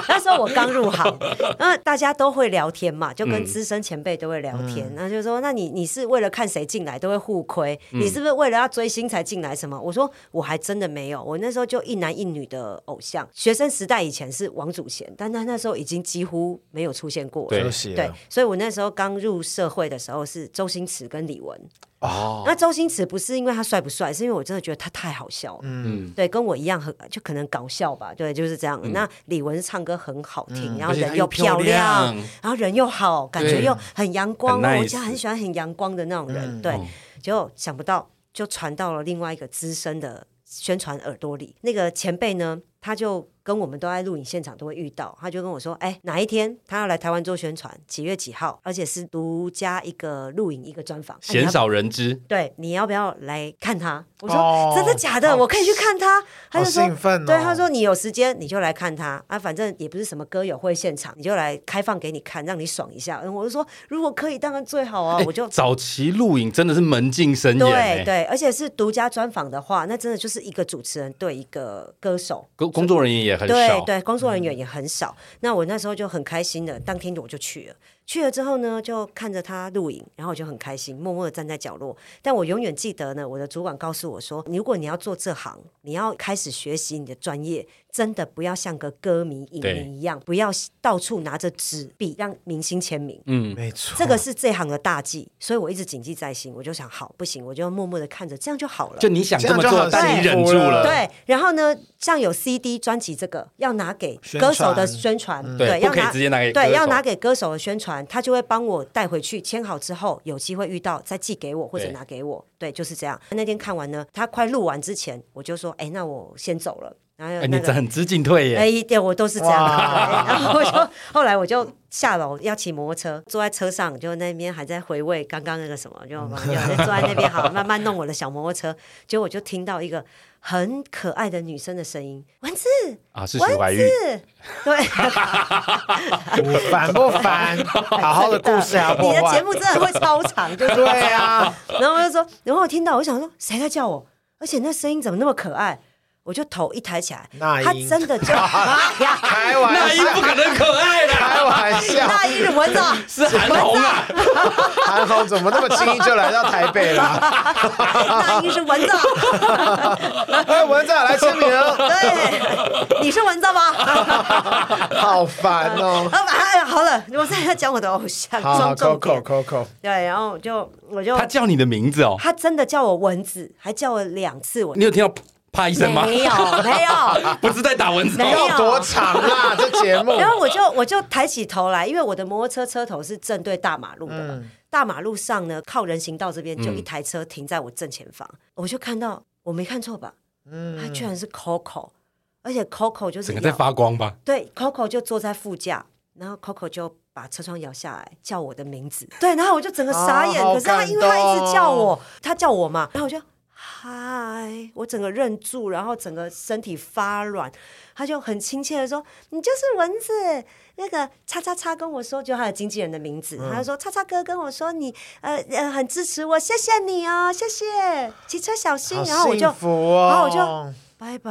Speaker 2: 那时候我刚入行，那大家都会聊天嘛，就跟资深前辈都会聊天，那就说，那你你是为了看谁进来都会互亏，你是不是为了要追星才进来什么？我说我还真的没有，我那时候就一男一女的偶像，学生时代以前是王祖贤，但他那时候已经几乎没有出现过了
Speaker 3: 对。
Speaker 4: 休息
Speaker 2: 对
Speaker 4: 了，，
Speaker 2: 所以我那时候刚入社会的时候是周星驰跟李玟。
Speaker 3: 哦，
Speaker 2: 那周星驰不是因为他帅不帅，是因为我真的觉得他太好笑了。
Speaker 3: 嗯，
Speaker 2: 对，跟我一样很就可能搞笑吧，对，就是这样。那李玟唱歌很好听，然后
Speaker 3: 而且
Speaker 2: 人
Speaker 3: 她
Speaker 2: 又
Speaker 3: 又
Speaker 2: 漂
Speaker 3: 漂
Speaker 2: 亮哎
Speaker 3: 亮，
Speaker 2: 然后人又好，感觉
Speaker 3: 嗯对
Speaker 2: 又很阳光。
Speaker 3: 很
Speaker 2: 我
Speaker 3: nice 嗯
Speaker 2: 就很喜欢很阳光的那种人，对。
Speaker 3: 哦
Speaker 2: 结果想不到，就传到了另外一个资深的宣传耳朵里。那个前辈呢，他就跟我们都在录影现场都会遇到，他就跟我说：“哎，哪一天他要来台湾做宣传，几月几号，而且是独家一个录影一个专访，啊你要
Speaker 3: 鲜少人知，
Speaker 2: 对，你要不要来看他？我说、
Speaker 4: 哦
Speaker 2: 真的假的？
Speaker 4: 好
Speaker 2: 我可以去看他。 他就说
Speaker 4: 兴奋哦
Speaker 2: 对，他说你有时间你就来看他啊，反正也不是什么歌友会现场，你就来开放给你看，让你爽一下。嗯，我就说如果可以，当然最好啊。
Speaker 4: 哎
Speaker 2: 我就
Speaker 3: 早期录影真的是门禁森严
Speaker 2: 对
Speaker 3: 欸，
Speaker 2: 对，而且是独家专访的话，那真的就是一个主持人对一个歌手。
Speaker 3: 工工作人员也很
Speaker 2: 对
Speaker 3: 少，
Speaker 2: 对，工作人员也很少。那我那时候就很开心的，当天我就去了。去了之后呢，就看着他录影，然后我就很开心，默默的站在角落。但我永远记得呢，我的主管告诉我说，如果你要做这行，你要开始学习你的专业，真的不要像个歌迷、影
Speaker 3: 对
Speaker 2: 迷一样，不要到处拿着纸笔让明星签名。
Speaker 3: 嗯
Speaker 4: 嗯没错，
Speaker 2: 这个是这行的大忌，所以我一直谨记在心。我就想，好，不行，我就默默的看着，这样就好了。
Speaker 3: 就你想
Speaker 4: 这
Speaker 3: 这
Speaker 4: 样
Speaker 3: 么
Speaker 4: 就
Speaker 3: 做，
Speaker 4: 好
Speaker 3: 但你
Speaker 4: 幸
Speaker 3: 忍
Speaker 4: 福
Speaker 3: 住了，
Speaker 4: 了
Speaker 2: 对，然后呢，像有 CD 专辑这个要拿给
Speaker 4: 宣
Speaker 2: 歌手的
Speaker 4: 传嗯
Speaker 2: 宣传，
Speaker 3: 对
Speaker 2: 要
Speaker 3: 不可以
Speaker 2: 拿
Speaker 3: 直接拿给歌
Speaker 2: 对，
Speaker 3: 手
Speaker 2: 要拿给歌手的宣传，他就会帮我带回去签好之后，有机会遇到再寄给我或者
Speaker 3: 对
Speaker 2: 拿给我，对，就是这样。那天看完呢，他快录完之前，我就说，哎，那我先走了，然后
Speaker 3: 哎，
Speaker 2: 那
Speaker 3: 你
Speaker 2: 个
Speaker 3: 这。很知进退耶，
Speaker 2: 哎，一点我都是这样的。
Speaker 4: 哇
Speaker 2: 对然后我就后来我就下楼要骑摩托车，坐在车上就那边还在回味刚刚那个什么， 就就坐在那边好慢慢弄我的小摩托车。结果我就听到一个很可爱的女生的声音：“丸子，
Speaker 3: 啊，是许怀
Speaker 2: 丸
Speaker 3: 玉，
Speaker 2: 子，对，
Speaker 4: 烦不烦？ 好好的故事还要破
Speaker 2: 你的
Speaker 4: 坏
Speaker 2: 节目真的会超长，就是这
Speaker 4: 对
Speaker 2: 样
Speaker 4: 啊，
Speaker 2: 然后我就说，然后我听到，我想说谁在叫我？而且那声音怎么那么可爱？我就头一抬起来，
Speaker 4: 那英
Speaker 2: 他真的 就哎呀
Speaker 4: 开玩
Speaker 3: 那英
Speaker 4: 笑，
Speaker 3: 不可能可爱啦，
Speaker 4: 开玩笑，
Speaker 2: 那一蚊子 啊，
Speaker 3: 是韩红啊，
Speaker 4: 韩红怎么那么轻易就来到台北 了？
Speaker 2: 那一是蚊子啊，
Speaker 4: 哎，文仔来签名，哦
Speaker 2: 对，你是蚊子吗？
Speaker 4: 好烦哦。
Speaker 2: 老板，哎呀好了，我现在要讲我的偶像，
Speaker 4: 好好
Speaker 2: 装重
Speaker 4: ，Coco
Speaker 2: 点。
Speaker 4: Coco，
Speaker 2: 对，然后我就我就
Speaker 3: 他叫你的名字哦，
Speaker 2: 他真的叫我蚊子，还叫我两次蚊，
Speaker 3: 你有听到啪一声吗？
Speaker 2: 没有没有，
Speaker 3: 不是在打蚊子
Speaker 2: 没有
Speaker 3: 哦，
Speaker 4: 要多长啦？这节目
Speaker 2: 然后我就我就抬起头来，因为我的摩托车车头是正对大马路的
Speaker 3: 嗯
Speaker 2: 嘛，大马路上呢靠人行道这边就一台车停在我正前方，我就看到我没看错吧，他居然是 Coco，而且 Coco 就是
Speaker 3: 嗯整个
Speaker 2: 要
Speaker 3: 在发光吧？
Speaker 2: 对 Coco 就坐在副驾，然后 Coco 就把车窗摇下来叫我的名字，对，然后我就整个傻眼，
Speaker 4: 啊好
Speaker 2: 可是他因为
Speaker 4: 感
Speaker 2: 他
Speaker 4: 动
Speaker 2: 一直叫我，他叫我嘛，然后我就。嗨，我整个愣住，然后整个身体发软，他就很亲切的说：“你就是蚊子。”那个叉叉叉跟我说，就他的经纪人的名字，他
Speaker 4: 嗯
Speaker 2: 就说：“叉叉哥跟我说你呃呃很支持我，谢谢你哦，谢谢，骑车小心。”
Speaker 4: 好
Speaker 2: 然后我就
Speaker 4: 幸福哦，
Speaker 2: 然后我就拜拜，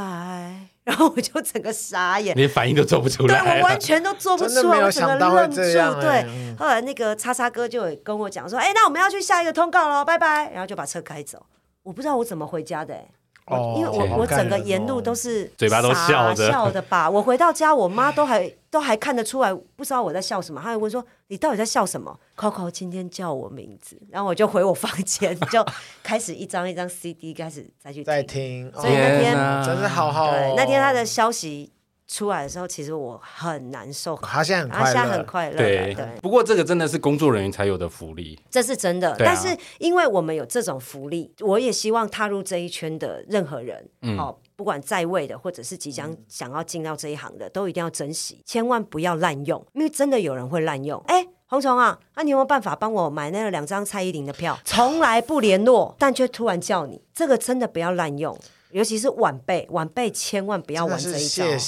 Speaker 2: 然后我就整个傻眼，
Speaker 3: 连反应都做不出
Speaker 2: 对
Speaker 3: 来
Speaker 2: 我，完全都做不
Speaker 4: 哎真
Speaker 2: 出
Speaker 4: 的没
Speaker 2: 来，
Speaker 4: 有
Speaker 2: 我整个
Speaker 4: 想到会
Speaker 2: 愣住。
Speaker 4: 这样哎
Speaker 2: 对，后来那个叉叉哥就有跟我讲说：“哎，那我们要去下一个通告喽，拜拜。”然后就把车开走。我不知道我怎么回家的、哎
Speaker 4: 哦
Speaker 2: 因为我
Speaker 3: 好
Speaker 2: 我整个沿路都是
Speaker 3: 嘴巴都笑
Speaker 2: 傻
Speaker 3: 着
Speaker 2: 笑的吧。我回到家，我妈都还都还看得出来，不知道我在笑什么，她还问说：“你到底在笑什么？”Coco 今天叫我名字，然后我就回我房间，就开始一张一张 CD 开始再去
Speaker 4: 在
Speaker 2: 听。
Speaker 4: 听，
Speaker 2: 所以那天
Speaker 3: 天哪
Speaker 4: 真的好好哦
Speaker 2: 对，，那天他的消息出来的时候，其实我很难受。
Speaker 4: 他现在很
Speaker 2: 然后
Speaker 4: 快
Speaker 2: 现在
Speaker 4: 乐，
Speaker 2: 很快乐，
Speaker 3: 对
Speaker 2: 对，
Speaker 3: 不过这个真的是工作人员才有的福利，
Speaker 2: 这是真的。
Speaker 3: 对啊
Speaker 2: 但是因为我们有这种福利，我也希望踏入这一圈的任何人，
Speaker 3: 嗯
Speaker 2: 哦，不管在位的或者是即
Speaker 4: 嗯
Speaker 2: 将想要进到这一行的，都一定要珍惜，千万不要滥用，因为真的有人会滥用。哎。红虫啊，那、你有没有办法帮我买那两张蔡依林的 票？从来不联络，但却突然叫你，这个真的不要滥用，尤其是晚辈，晚辈千万不要
Speaker 4: 真
Speaker 2: 玩
Speaker 4: 的
Speaker 2: 这
Speaker 4: 是
Speaker 2: 一招。
Speaker 4: 谢
Speaker 3: 你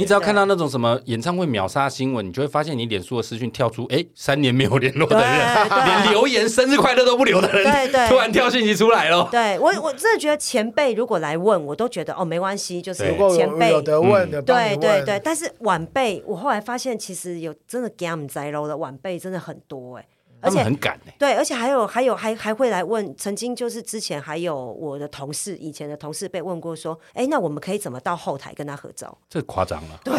Speaker 4: 谢。
Speaker 3: 只要看到那种什么演唱会秒杀新闻，你就会发现你脸书的私讯跳出，哎，三年没有联络的人，
Speaker 2: 对对
Speaker 3: 连留言生日快乐都不留的人，
Speaker 2: 对对
Speaker 3: 突然跳信息出来了。
Speaker 2: 对我，我真的觉得前辈如果来问，我都觉得哦，没关系，就是
Speaker 3: 对
Speaker 4: 如果
Speaker 2: 前
Speaker 4: 有
Speaker 2: 辈
Speaker 4: 有得问的，帮
Speaker 2: 对
Speaker 4: 你
Speaker 2: 对
Speaker 4: 问
Speaker 2: 对，，但是晚辈，我后来发现其实有真的 gam 宅楼的晚辈真的很多哎、
Speaker 3: 他
Speaker 2: 而
Speaker 3: 们
Speaker 2: 且
Speaker 3: 很敢
Speaker 4: 欸
Speaker 3: 哎、
Speaker 2: 对，而且还有还有还还会来问，曾经就是之前还有我的同事，以前的同事被问过说，哎，那我们可以怎么到后台跟他合照？
Speaker 3: 这夸张啊了。
Speaker 4: 好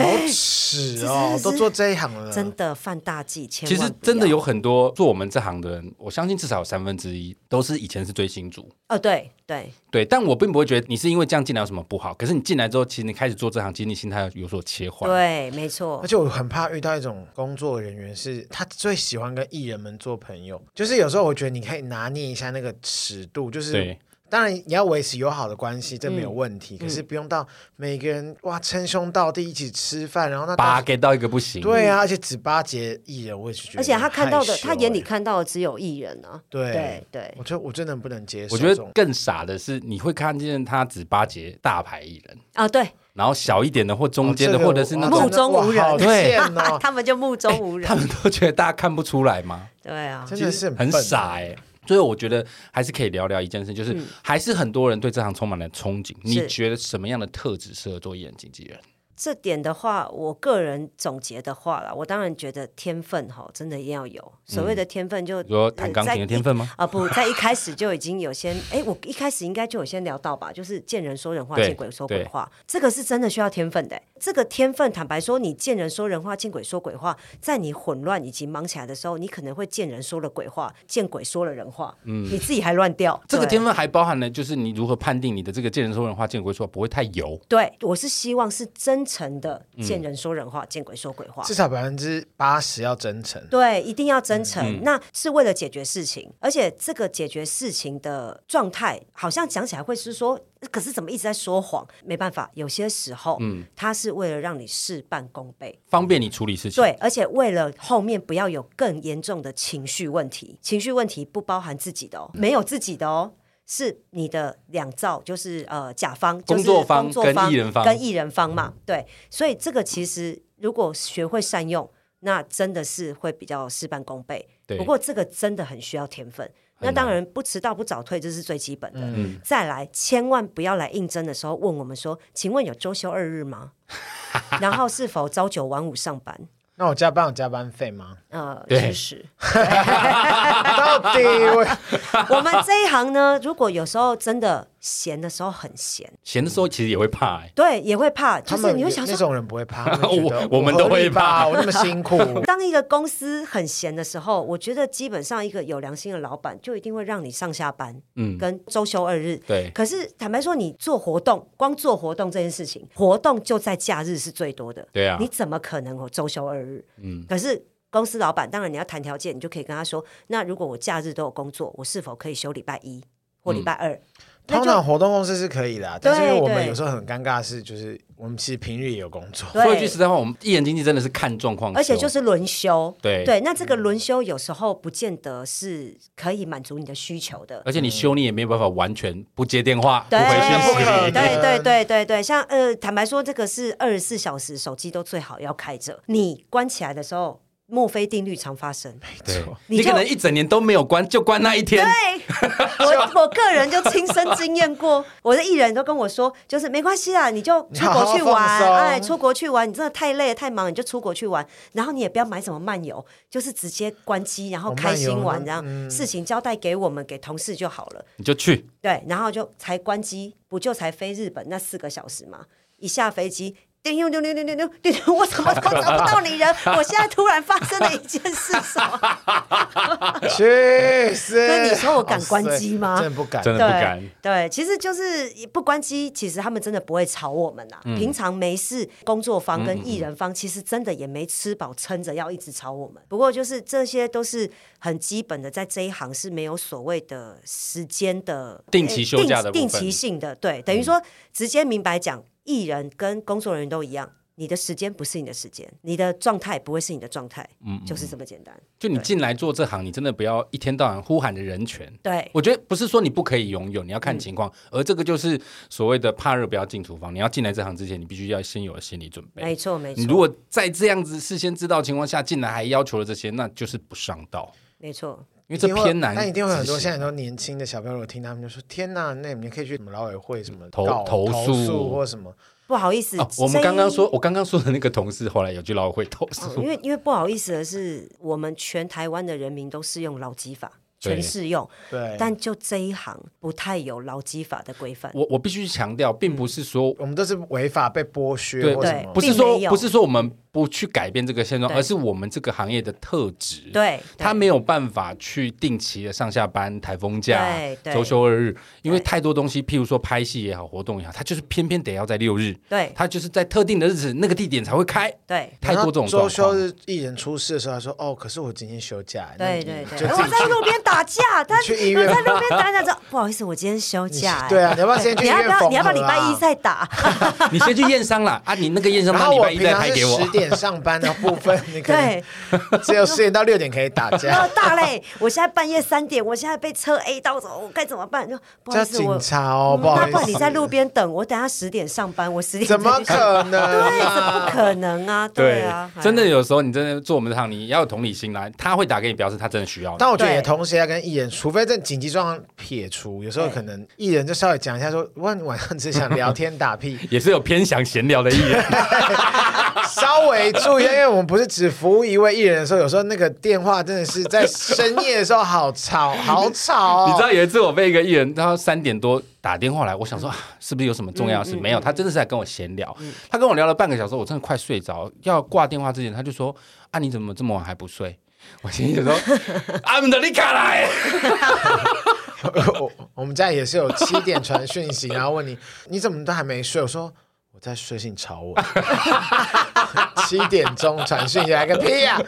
Speaker 4: 耻哦，
Speaker 2: 是
Speaker 4: 都做这一行了，
Speaker 2: 真的犯大忌，千
Speaker 3: 其
Speaker 2: 万
Speaker 3: 实
Speaker 2: 不
Speaker 3: 真的
Speaker 2: 要
Speaker 3: 有很多做我们这行的人，我相信至少有三分之一都是以前是追星族，
Speaker 2: 哦，对对，
Speaker 3: 对，但我并不会觉得你是因为这样进来有什么不好。可是你进来之后，其实你开始做这行，其实你心态有所切换。
Speaker 2: 对，没错
Speaker 4: 而，且我很怕遇到一种工作人员是，他最喜欢跟艺人们做朋友。就是有时候我觉得你可以拿捏一下那个尺度，就是
Speaker 3: 对
Speaker 4: 当然你要维持友好的关系，这没有
Speaker 2: 嗯
Speaker 4: 问题。可是不用到每个人哇称兄道弟一起吃饭，然后那
Speaker 3: 八
Speaker 4: 大
Speaker 3: 给到一个不行。
Speaker 4: 对啊，而且只巴结艺人，我也是觉得
Speaker 2: 而
Speaker 4: 很害
Speaker 2: 且
Speaker 4: 羞欸。
Speaker 2: 他看到的，他眼里看到的只有艺人啊，
Speaker 4: 对
Speaker 2: 对对
Speaker 4: 我觉得我真的不能接受
Speaker 3: 我
Speaker 4: 这
Speaker 3: 觉
Speaker 4: 种。
Speaker 3: 得更傻的是，你会看见他只巴结大牌艺人，
Speaker 2: 啊，对，
Speaker 3: 然后小一点的或中间的，
Speaker 4: 哦这个
Speaker 3: 或者是那
Speaker 4: 我
Speaker 2: 目
Speaker 3: 种
Speaker 4: 真的
Speaker 2: 中
Speaker 4: 哇
Speaker 2: 无人
Speaker 4: 好
Speaker 3: 对
Speaker 4: 贱哦 哎
Speaker 2: 他们就目中无人
Speaker 3: 他，们都觉得大家看不出来吗？
Speaker 2: 对啊，
Speaker 4: 真的是
Speaker 3: 很
Speaker 4: 笨
Speaker 3: 傻哎、所以我觉得还是可以聊聊一件事，
Speaker 2: 嗯
Speaker 3: 就是还是很多人对这行充满了憧憬。你觉得什么样的特质适合做艺人经纪人？
Speaker 2: 这点的话，我个人总结的话啦，我当然觉得天分哈，真的一定要有。所谓的天分就，
Speaker 3: 嗯你说弹钢琴的天分吗？
Speaker 2: 啊，不，在一开始就已经有先，哎，我一开始应该就有先聊到吧，就是见人说人话，
Speaker 3: 对
Speaker 2: 见鬼说鬼话，这个是真的需要天分的。欸这个天分，坦白说，你见人说人话，见鬼说鬼话，在你混乱以及忙起来的时候，你可能会见人说了鬼话，见鬼说了人话，嗯，你自己还乱掉。
Speaker 3: 这个
Speaker 2: 对
Speaker 3: 天分还包含了，就是你如何判定你的这个见人说人话，见鬼说话不会太油。
Speaker 2: 对，我是希望是真诚的，
Speaker 3: 嗯
Speaker 2: 见人说人话，见鬼说鬼话
Speaker 4: 至。少百分之八十要真诚。
Speaker 2: 对，一定要真诚，那是为了解决事情，而且这个解决事情的状态，好像讲起来会是说，可是怎么一直在说谎？没办法，有些时候，嗯，它是为了让你事半功倍。
Speaker 3: 方便你处理事情。
Speaker 2: 对，而且为了后面不要有更严重的情绪问题，情绪问题不包含自己的哦，
Speaker 3: 嗯
Speaker 2: 没有自己的哦，是你的两造，就是呃甲方、就是
Speaker 3: 工作方
Speaker 2: 工作
Speaker 3: 跟
Speaker 2: 方
Speaker 3: 艺人方
Speaker 2: 跟艺人方嘛，对，所以这个其实如果学会善用，那真的是会比较事半功倍。
Speaker 3: 对
Speaker 2: 不过这个真的很需要天分。那当然，不迟到不早退，这是最基本的。
Speaker 3: 嗯
Speaker 2: 再来，千万不要来应征的时候问我们说：“请问有周休二日吗？”然后是否朝九晚五上班？
Speaker 4: 那我加班有加班 费吗？
Speaker 2: 呃，
Speaker 3: 对
Speaker 2: 知识。
Speaker 4: 到底我
Speaker 2: 我们这一行呢，如果有时候真的闲的时候很闲，
Speaker 3: 闲的时候其实也会怕、欸，
Speaker 2: 对，也会怕，就
Speaker 4: 他
Speaker 2: 是
Speaker 4: 们
Speaker 2: 你会想
Speaker 4: 那
Speaker 2: 说，
Speaker 4: 种人不会怕， 他们觉得
Speaker 3: 我我们都
Speaker 4: 合理
Speaker 3: 会怕
Speaker 4: 吧 我那么 辛苦，
Speaker 2: 当一个公司很闲的时候，我觉得基本上一个有良心的老板就一定会让你上下班，
Speaker 3: 嗯
Speaker 2: 嗯，跟周休二日。
Speaker 3: 对，
Speaker 2: 可是坦白说，你做活动，光做活动这件事情，活动就在假日是最多的。
Speaker 3: 对啊
Speaker 2: 你怎么可能我周休二日？
Speaker 3: 嗯
Speaker 2: 嗯，可是。公司老板当然你要谈条件，你就可以跟他说：那如果我假日都有工作，我是否可以休礼拜一或礼
Speaker 3: 嗯
Speaker 2: 拜二？那
Speaker 4: 通
Speaker 2: 就
Speaker 4: 常活动公司是可以的啊，但是因为我们
Speaker 2: 对
Speaker 4: 有时候很尴尬的是，就是我们其实平日也有工作，
Speaker 2: 对
Speaker 3: 说一句实在话，我们艺人经济真的是看状况，
Speaker 2: 而且就是轮休。
Speaker 3: 对
Speaker 2: 对，那这个轮休有时候不见得是可以满足你的需求的。
Speaker 3: 而且你休你也没有办法完全不接电话、呃不
Speaker 2: 对
Speaker 3: 回讯息。
Speaker 4: 息
Speaker 2: 对对对对对，像呃，坦白说，这个是二十四小时手机都最好要开着，你关起来的时候，墨菲定律常发生。
Speaker 3: 对，
Speaker 2: 你
Speaker 3: 你
Speaker 2: 就
Speaker 3: 可能一整年都没有关，就关那一天。
Speaker 2: 对，我我个人就亲身经验过，我的艺人都跟我说，就是没关系啦，你就出国去
Speaker 4: 你好好
Speaker 2: 玩，
Speaker 4: 放松
Speaker 2: 哎，出国去玩，你真的太累太忙，你就出国去玩，然后你也不要买什么漫游，就是直接关机，然后
Speaker 4: 哦
Speaker 2: 开心
Speaker 4: 漫
Speaker 2: 玩，
Speaker 4: 游
Speaker 2: 这样、事情交代给我们给同事就好了。
Speaker 3: 你就去，
Speaker 2: 对，然后就才关机，不就才飞日本那四个小时吗？一下飞机丢丢丢丢丢丢丢丢，我怎么都找不到你人？ 我现在突然发生了一件事，什么？
Speaker 4: 去死！
Speaker 2: 那你说我敢关机吗
Speaker 4: 好衰真的不敢，
Speaker 3: 真的不敢
Speaker 2: 对对，其实就是不关机，其实他们真的不会吵我们呐、
Speaker 3: 嗯
Speaker 2: 平常没事，工作方跟艺人方其实真的也没吃饱撑着要一直吵我们。不过就是这些都是很基本的，在这一行是没有所谓的时间的哎
Speaker 3: 定期休假的
Speaker 2: 定
Speaker 3: 部分嗯
Speaker 2: 定期性的，对，等于说直接明白讲，艺人跟工作人员都一样。你的时间不是你的时间，你的状态不会是你的状态，
Speaker 3: 嗯
Speaker 2: 就是这么简单。
Speaker 3: 就你进来做这行，你真的不要一天到晚呼喊着人权。
Speaker 2: 对，
Speaker 3: 我觉得不是说你不可以拥有，你要看情
Speaker 4: 嗯
Speaker 3: 况，而这个就是所谓的怕热不要进厨房。你要进来这行之前，你必须要先有心理准
Speaker 2: 没
Speaker 3: 备。
Speaker 2: 错没
Speaker 3: 你如
Speaker 2: 错，
Speaker 3: 果在这样子事先知道的情况下进来还要求了这些，那就是不上道，
Speaker 2: 没错，
Speaker 3: 因为这
Speaker 4: 一定会
Speaker 3: 偏难执行。
Speaker 4: 但一定会有很多现在很多年轻的小朋友我听他们就说：“天呐，那你可以去什么劳委会什么
Speaker 3: 投
Speaker 4: 告
Speaker 3: 投
Speaker 4: 投
Speaker 3: 诉
Speaker 4: 或什么。
Speaker 2: 不好意思
Speaker 3: 哦，，我们
Speaker 2: 这
Speaker 3: 刚刚说，我刚刚说的那个同事后来有去劳委会投
Speaker 2: 哦
Speaker 3: 诉
Speaker 4: 嗯
Speaker 2: 因，为因为不好意思的是，我们全台湾的人民都适用劳基法，
Speaker 3: 对
Speaker 2: 全适用，”
Speaker 4: 对，
Speaker 2: 但就这一行不太有劳基法的规
Speaker 4: 嗯
Speaker 2: 范。
Speaker 3: 我我必须强调，并不是说
Speaker 4: 我们都是违法被剥
Speaker 3: 对
Speaker 4: 削或什
Speaker 2: 对。
Speaker 4: 么
Speaker 3: 不是
Speaker 2: 并
Speaker 3: 说
Speaker 2: 没有
Speaker 3: 不是说我们不去改变这个现状，
Speaker 2: 对
Speaker 3: 而是我们这个行业的特质。
Speaker 2: 对，对
Speaker 3: 他没有办法去定期的上下班、台风假
Speaker 2: 对、对
Speaker 3: 周休二日，因为太多东西，譬如说拍戏也好、活动也好，他就是偏偏得要在六日，
Speaker 2: 对
Speaker 3: 他就是在特定的日子、那个地点才会开，
Speaker 2: 对
Speaker 3: 太多这种
Speaker 4: 然后
Speaker 3: 状
Speaker 4: 周休
Speaker 3: 况。
Speaker 4: 日艺人出事的时候，他说：“哦，可是我今天休假。”那
Speaker 2: 对
Speaker 4: 你
Speaker 2: 对
Speaker 4: 就
Speaker 2: 对，
Speaker 4: 自
Speaker 2: 我
Speaker 4: 己
Speaker 2: 在路边打架，他
Speaker 4: 去医院
Speaker 2: 我在路边打架，说不好意思，我今天休
Speaker 4: 你
Speaker 2: 假。哎
Speaker 4: 对啊，你要不要先去
Speaker 2: 你
Speaker 4: 医
Speaker 2: 要不
Speaker 4: 院缝合
Speaker 2: 要
Speaker 4: 啊？
Speaker 2: 你要不要礼拜一再打？
Speaker 3: 你先去验 伤啦，啊，你那个验伤
Speaker 4: 然
Speaker 3: 单
Speaker 4: 后
Speaker 3: 礼
Speaker 4: 我
Speaker 3: 拜一
Speaker 4: 平
Speaker 3: 再
Speaker 4: 常
Speaker 3: 拍
Speaker 4: 是
Speaker 3: 给我。
Speaker 4: 十点上 班的部分，你可能
Speaker 2: 对，
Speaker 4: 只有十点到六点可以打
Speaker 2: 然 后
Speaker 4: 架，
Speaker 2: 哦大嘞，我现在半夜三点，我现在被车 A 到，我该怎么办？就不好
Speaker 4: 叫
Speaker 2: 意思，我
Speaker 4: 警察哦，不好
Speaker 2: 那
Speaker 4: 意
Speaker 2: 不然
Speaker 4: 思。
Speaker 2: 你在路边等我，等下十点上班，我十点
Speaker 4: 怎么
Speaker 2: 再去上班
Speaker 4: 可能
Speaker 2: 对，这
Speaker 4: 啊？
Speaker 2: 不可能啊！对
Speaker 4: 哎
Speaker 2: 啊，
Speaker 3: 真的有时候你真的做我们这行，你要有同理心啦。他会打给你，表示他真的需要你。
Speaker 4: 但我觉得
Speaker 2: 对
Speaker 4: 也同时要跟艺人，除非这紧急状况撇除，有时候
Speaker 2: 对
Speaker 4: 可能艺人就稍微讲一下说，问晚上只想聊天打 屁，
Speaker 3: 也是有偏想闲聊的艺人，
Speaker 4: 稍微注意一下，因为我们不是只服务一位艺人的时候，有时候那个电话真的是在深夜的时候好吵，好吵、哦。
Speaker 3: 你知道有一次我被一个艺人，他三点多打电话来，我想说、啊、是不是有什么重要
Speaker 2: 嗯
Speaker 3: 的事？没有，他真的是在跟我闲聊。他跟我聊了半个小时，我真的快睡着。要挂电话之前，他就说：“啊，你怎么这么晚还不睡？”我心里就说：“俺们的你卡 来。
Speaker 4: 我我们家也是有七点传讯息，然后问你你怎么都还没睡？我说我在睡，是你 吵我。 七点钟传讯息来个屁啊呀、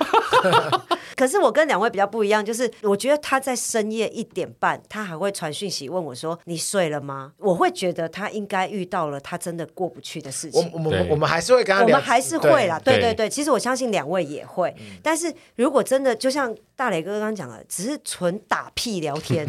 Speaker 2: 可是我跟两位比较不一样，就是我觉得他在深夜一点半，他还会传讯息问我说：“你睡了吗？”我会觉得他应该遇到了他真的过不去的事
Speaker 4: 我
Speaker 2: 情。
Speaker 4: 我们
Speaker 3: 对
Speaker 4: 我们还是会跟他
Speaker 2: 我
Speaker 4: 聊，
Speaker 2: 们还是会啦，
Speaker 3: 对嗯
Speaker 2: 对对对，其实我相信两位也会，但是如果真的就像大磊哥刚刚讲的，只是纯打屁聊 天，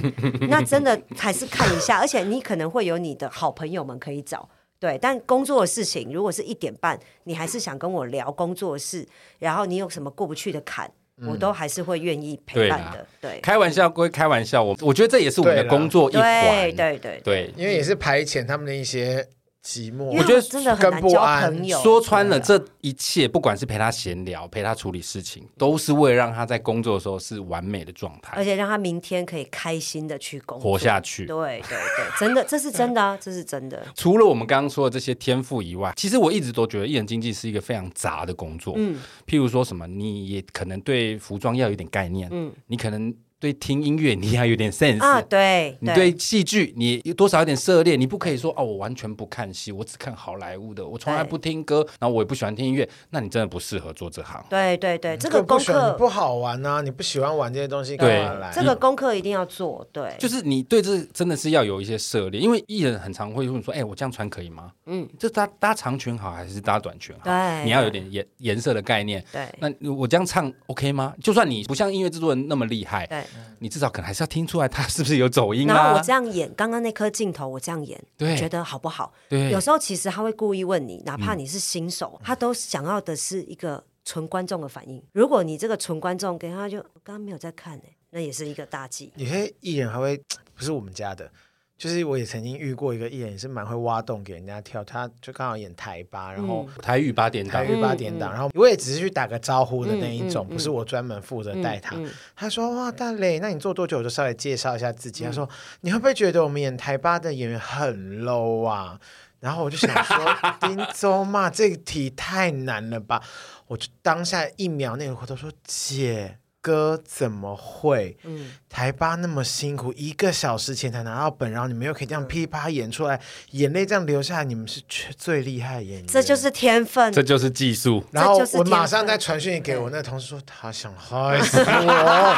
Speaker 2: 那真的还是看一下，而且你可能会有你的好朋友们可以找。对，但工作的事情，如果是一点半，你还是想跟我聊工作的事，然后你有什么过不去的坎，
Speaker 3: 嗯
Speaker 2: 我都还是会愿意陪伴的。对”，
Speaker 3: 开玩笑归开玩笑，我我觉得这也是我们的
Speaker 4: 对啦
Speaker 3: 工作一环
Speaker 2: 对，。对，对，
Speaker 3: 对
Speaker 4: 对，因为也是排遣他们的一些寂寞。啊
Speaker 2: 因为
Speaker 3: 我觉得
Speaker 2: 真的很
Speaker 4: 跟
Speaker 2: 难
Speaker 4: 不
Speaker 2: 交
Speaker 4: 安
Speaker 2: 朋友。
Speaker 3: 说穿了，
Speaker 2: 对啊
Speaker 3: 这一切不管是陪他闲聊、陪他处理事情，都是为了让他在工作的时候是完美的状
Speaker 2: 而
Speaker 3: 态，
Speaker 2: 且让他明天可以开心的去工作，
Speaker 3: 活下去。
Speaker 2: 对对对，真的，这是真的 啊，这是真的。
Speaker 3: 除了我们刚刚说的这些天赋以外，其实我一直都觉得艺人经济是一个非常杂的工作。
Speaker 2: 嗯
Speaker 3: 譬如说什么，你也可能对服装要有点概念，
Speaker 2: 嗯
Speaker 3: 你可能对听音乐你要有点 sense。
Speaker 2: 啊，对
Speaker 3: 你对戏剧，你多少有点涉猎，你不可以说哦，我完全不看戏，我只看好莱坞的，我从来
Speaker 2: 对
Speaker 3: 不听歌，然后我也不喜欢听音乐，那你真的不适合做这行。
Speaker 2: 对对对，这
Speaker 4: 这
Speaker 2: 个
Speaker 4: 不
Speaker 2: 功
Speaker 4: 喜欢
Speaker 2: 课啊
Speaker 4: 你不好玩呐、你不喜欢玩这些东西，干
Speaker 3: 对
Speaker 4: 嘛来？
Speaker 2: 这个功课一定要做，对，
Speaker 3: 就是你对这真的是要有一些涉猎，因为艺人很常会问说：“哎、我这样穿可以吗？
Speaker 2: 嗯，
Speaker 3: 这搭搭长裙好还是搭短裙好？”
Speaker 2: 对啊
Speaker 3: 你要有点颜颜色的概念。
Speaker 2: 对
Speaker 3: 那我这样唱 OK 吗？就算你不像音乐制作人那么厉害，
Speaker 2: 对。
Speaker 3: 你至少可能还是要听出来他是不是有走音
Speaker 2: 然后我
Speaker 3: 啊
Speaker 2: 这？样演，刚刚那颗镜头我这样演，
Speaker 3: 对
Speaker 2: 觉得好不好？
Speaker 3: 对嗯
Speaker 2: 有时候其实他会故意问你，哪怕你是新手，他都想要的是一个纯观众的反应。如果你这个纯观众给他就我刚刚没有在看诶、那也是一个大忌。
Speaker 4: 有些艺人还会不是我们家的，就是我也曾经遇过一个艺人，也是蛮会挖洞给人家跳，他就刚好演台吧，
Speaker 2: 嗯
Speaker 4: 然后
Speaker 3: 台语八点档
Speaker 4: 台，语八点档，然后我也只是去打个招呼
Speaker 2: 嗯
Speaker 4: 的那一种，不是我专门负责
Speaker 3: 嗯
Speaker 4: 带他。他说：“哇，大磊，那你做多久？”我就
Speaker 2: 嗯
Speaker 4: 稍微介绍一下自己。他说：“你会不会觉得我们演台八的演员很 low 啊？”然后我就想说， 丁州嘛，这个题太难了吧？我就当下一秒内回头说，姐。哥怎么会？嗯，台巴那么辛苦，一个小时前才拿到本，然后你们又可以
Speaker 2: 嗯
Speaker 4: 这样噼啪演出来，眼泪这样流下来，你们是最最厉害的演员。
Speaker 2: 这就是天分。
Speaker 3: 这就是技术。
Speaker 4: 然后
Speaker 2: 这就是
Speaker 4: 我
Speaker 2: 天
Speaker 4: 马上
Speaker 2: 分
Speaker 4: 再传讯给我那同事说，他想害死我，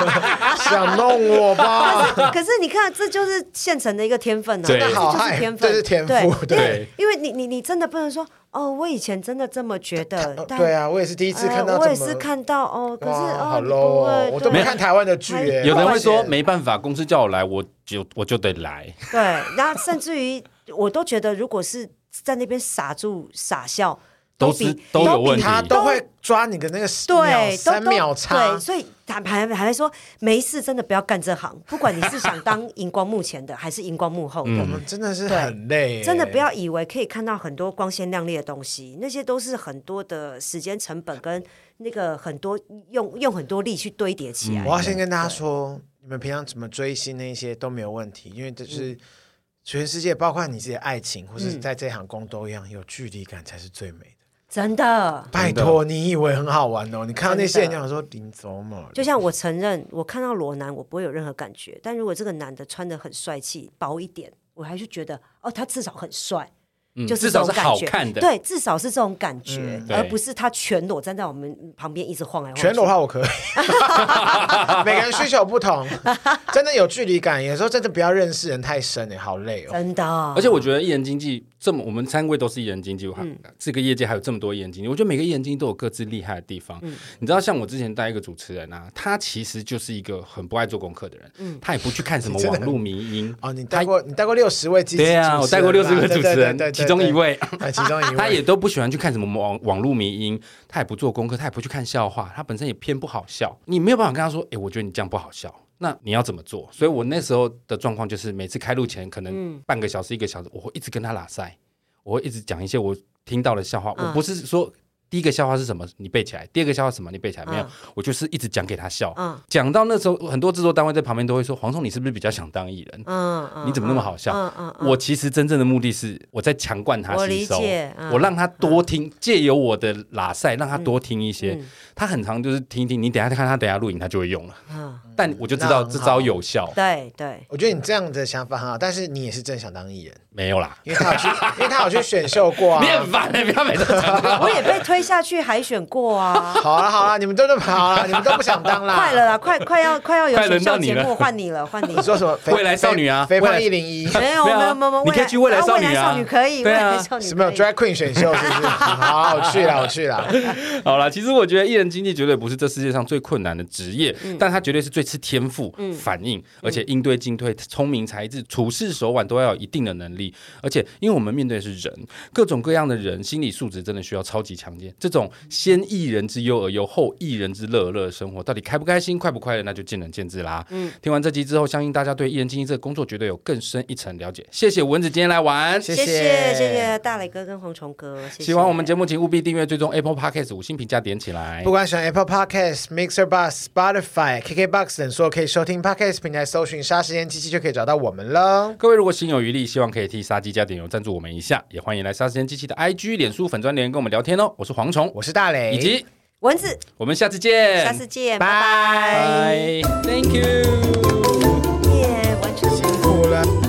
Speaker 4: 想弄我吧。
Speaker 2: 可是你看，这就是现成的一个天分啊，
Speaker 3: 对
Speaker 2: 这
Speaker 4: 好
Speaker 2: 就是
Speaker 4: 嗨
Speaker 2: 天分，
Speaker 4: 这是天赋
Speaker 2: 对，因为
Speaker 3: 对
Speaker 2: 因为你你你真的不能说哦，我以前真的这么觉 得，但
Speaker 4: 对啊，我也是第一
Speaker 2: 一
Speaker 4: 次看到、
Speaker 2: 我也是，看到哦，可是
Speaker 4: 哇，
Speaker 2: 哦，
Speaker 4: 好
Speaker 2: 你
Speaker 4: low
Speaker 2: 不
Speaker 4: 哦
Speaker 2: 会，
Speaker 4: 我都没
Speaker 2: 对哎
Speaker 4: 看台湾的剧
Speaker 2: 还
Speaker 4: 耶。
Speaker 3: 有的人会
Speaker 4: 我
Speaker 3: 说
Speaker 4: 发现
Speaker 3: 没办法，公司叫我来，我就我就得来。
Speaker 2: 对，然后甚至于我都觉得，如果是在那边傻住傻笑，
Speaker 3: 都
Speaker 2: 比
Speaker 3: 是都有问题
Speaker 4: 他都会抓你的那个秒
Speaker 2: 对，
Speaker 4: 三
Speaker 2: 都
Speaker 4: 秒
Speaker 2: 都
Speaker 4: 差
Speaker 2: 对，，所以坦白还还说，没事，真的不要干这行。不管你是想当荧光幕前的，还是荧光幕后的，
Speaker 4: 我
Speaker 3: 嗯
Speaker 4: 们真的是很累耶，
Speaker 2: 真的不要以为可以看到很多光鲜亮丽的东西，那些都是很多的时间成本跟那个很多用用很多力去堆叠起
Speaker 3: 嗯
Speaker 2: 来。
Speaker 4: 我要先跟大家说，你们平常怎么追星那些都没有问题，因为这
Speaker 2: 嗯
Speaker 4: 是全世界，包括你自己的爱情，或是在这行工都一样，有距离感才是最美的。
Speaker 2: 真的，
Speaker 4: 拜托，你以为很好玩哦？你看到那些人，
Speaker 2: 真
Speaker 4: 你
Speaker 2: 的
Speaker 4: 想说林走嘛？
Speaker 2: 就像我承认，我看到裸男我不会有任何感觉，但如果这个男的穿的很帅气，薄一点，我还是觉得哦，他至少很帅。
Speaker 3: 嗯
Speaker 2: 就是
Speaker 3: 至
Speaker 2: 这
Speaker 3: 少
Speaker 2: 种
Speaker 3: 是
Speaker 2: 感
Speaker 3: 好
Speaker 2: 觉
Speaker 3: 看的。嗯
Speaker 2: 对，至少是这种感觉，
Speaker 3: 对
Speaker 2: 而不是他全裸站在我们旁边一直晃来晃去。
Speaker 4: 全裸的话我可以， 每个人需求不同，真的有距离感。有时候真的不要认识人太深哎，好累哦。
Speaker 2: 真的，
Speaker 3: 而且我觉得艺人经济这么，我们三位都是艺人经济，还
Speaker 2: 嗯
Speaker 3: 这个业界还有这么多艺人经济，我觉得每个艺人经济都有各自厉害的地方。
Speaker 2: 嗯
Speaker 3: 你知道，像我之前带一个主持人啊，他其实就是一个很不爱做功课的人，
Speaker 2: 嗯
Speaker 3: 他也不去看什 么网络迷音
Speaker 4: 哦，你
Speaker 3: 他
Speaker 4: 带过你带过六十位机，
Speaker 3: 对啊，我带过六十个主持人，
Speaker 4: 对对对对对
Speaker 3: 其中一位。
Speaker 4: 哎，其中一 位，
Speaker 3: 他也都不喜欢去看什么网网络迷音，他也不做功课，他也不去看笑话，他本身也偏不好笑。你没有办法跟他说，哎、我觉得你这样不好笑，那你要怎么做？所以我那时候的状况就是，每次开录前可
Speaker 2: 嗯
Speaker 3: 能半个小时、一个小时，我会一直跟他拉塞，我会一直讲一些我听到的笑话。
Speaker 2: 嗯
Speaker 3: 我不是说第一个笑话是什么你背起来，第二个笑话是什么你背起来，没有
Speaker 2: 嗯，
Speaker 3: 我就是一直讲给他笑。
Speaker 2: 嗯
Speaker 3: 讲到那时候，很多制作单位在旁边都会说：“黄总，你是不是比较想当艺人？
Speaker 2: 嗯嗯
Speaker 3: 你怎么那么好笑？”
Speaker 2: 嗯嗯嗯，
Speaker 3: 我其实真正的目的是我在强灌他
Speaker 2: 我
Speaker 3: 吸
Speaker 2: 理
Speaker 3: 收，
Speaker 2: 解嗯嗯
Speaker 3: 我让他多听，借由我的拉塞让他多听一些。他很常就是听一听，你等一下看他等一下录影，他就会用了。
Speaker 2: 嗯
Speaker 3: 但我就知道
Speaker 4: 那很好
Speaker 3: 这招有效，
Speaker 2: 对对，
Speaker 4: 我觉得你这样的想法很好，但是你也是真想当艺人，
Speaker 3: 没有啦。
Speaker 4: 因为他 有去，因为他有去选秀过
Speaker 3: 你很
Speaker 4: 啊。。
Speaker 3: 烦的，不要每次讲这个
Speaker 2: 我也被推下去海选过啊
Speaker 4: 好了好了，你们都这么好了，你们都不想当啦。
Speaker 2: 快了啦，快快要快要有
Speaker 3: 啊快轮
Speaker 2: 选秀
Speaker 3: 到你
Speaker 2: 节
Speaker 3: 了
Speaker 2: 目换你 了，换你
Speaker 4: 你说什么？肥
Speaker 3: 未来少女啊
Speaker 4: 肥肥胖
Speaker 3: 未来
Speaker 4: 一零一，
Speaker 2: 没有没
Speaker 3: 没有啊
Speaker 2: 有没有没有，
Speaker 3: 你可以去未来少女啊
Speaker 2: 未来少女可以，未
Speaker 3: 对啊
Speaker 2: 来少女可以
Speaker 4: 什么有 drag queen 选秀是不是？好，我去了，我去了。
Speaker 3: 好啦，其实我觉得艺人经济绝对不是这世界上最困难的职业，
Speaker 4: 嗯
Speaker 3: 但它绝对是最吃天赋、反应，而且应对进退、聪明才智、处事手腕都要有一定的能力。而且，因为我们面对的是人，各种各样的人，心理素质真的需要超级强健。这种先艺人之忧而忧，后艺人之乐而乐的生活，到底开不开心、快不快乐，那就见仁见智啦。
Speaker 4: 嗯
Speaker 3: 听完这集之后，相信大家对艺人经济这个工作绝对有更深一层了解。谢谢蚊子今天来玩，
Speaker 4: 谢
Speaker 2: 谢谢谢谢大磊哥跟蝗虫哥，谢谢
Speaker 3: 喜欢我们节目，请务必订阅、追踪 Apple Podcast 五星评价点起来
Speaker 4: 不。管选 Apple Podcast、Mixer Bus、Spotify、KKBox 等所有可以收听 Podcast 平台，搜寻“杀时间机器”就可以找到我们喽。
Speaker 3: 各位如果心有余力，希望可以替杀鸡加点油赞助我们一下，也欢迎来杀时间机器的 IG、脸书粉专留言跟我们聊天哦。我是蝗虫，
Speaker 4: 我是大雷，
Speaker 3: 以及
Speaker 2: 蚊子，
Speaker 3: 我们下次见，
Speaker 2: 下次见，拜
Speaker 4: 拜
Speaker 2: 拜，
Speaker 3: 拜，Thank you。
Speaker 2: 耶，完全是。
Speaker 4: 辛苦了。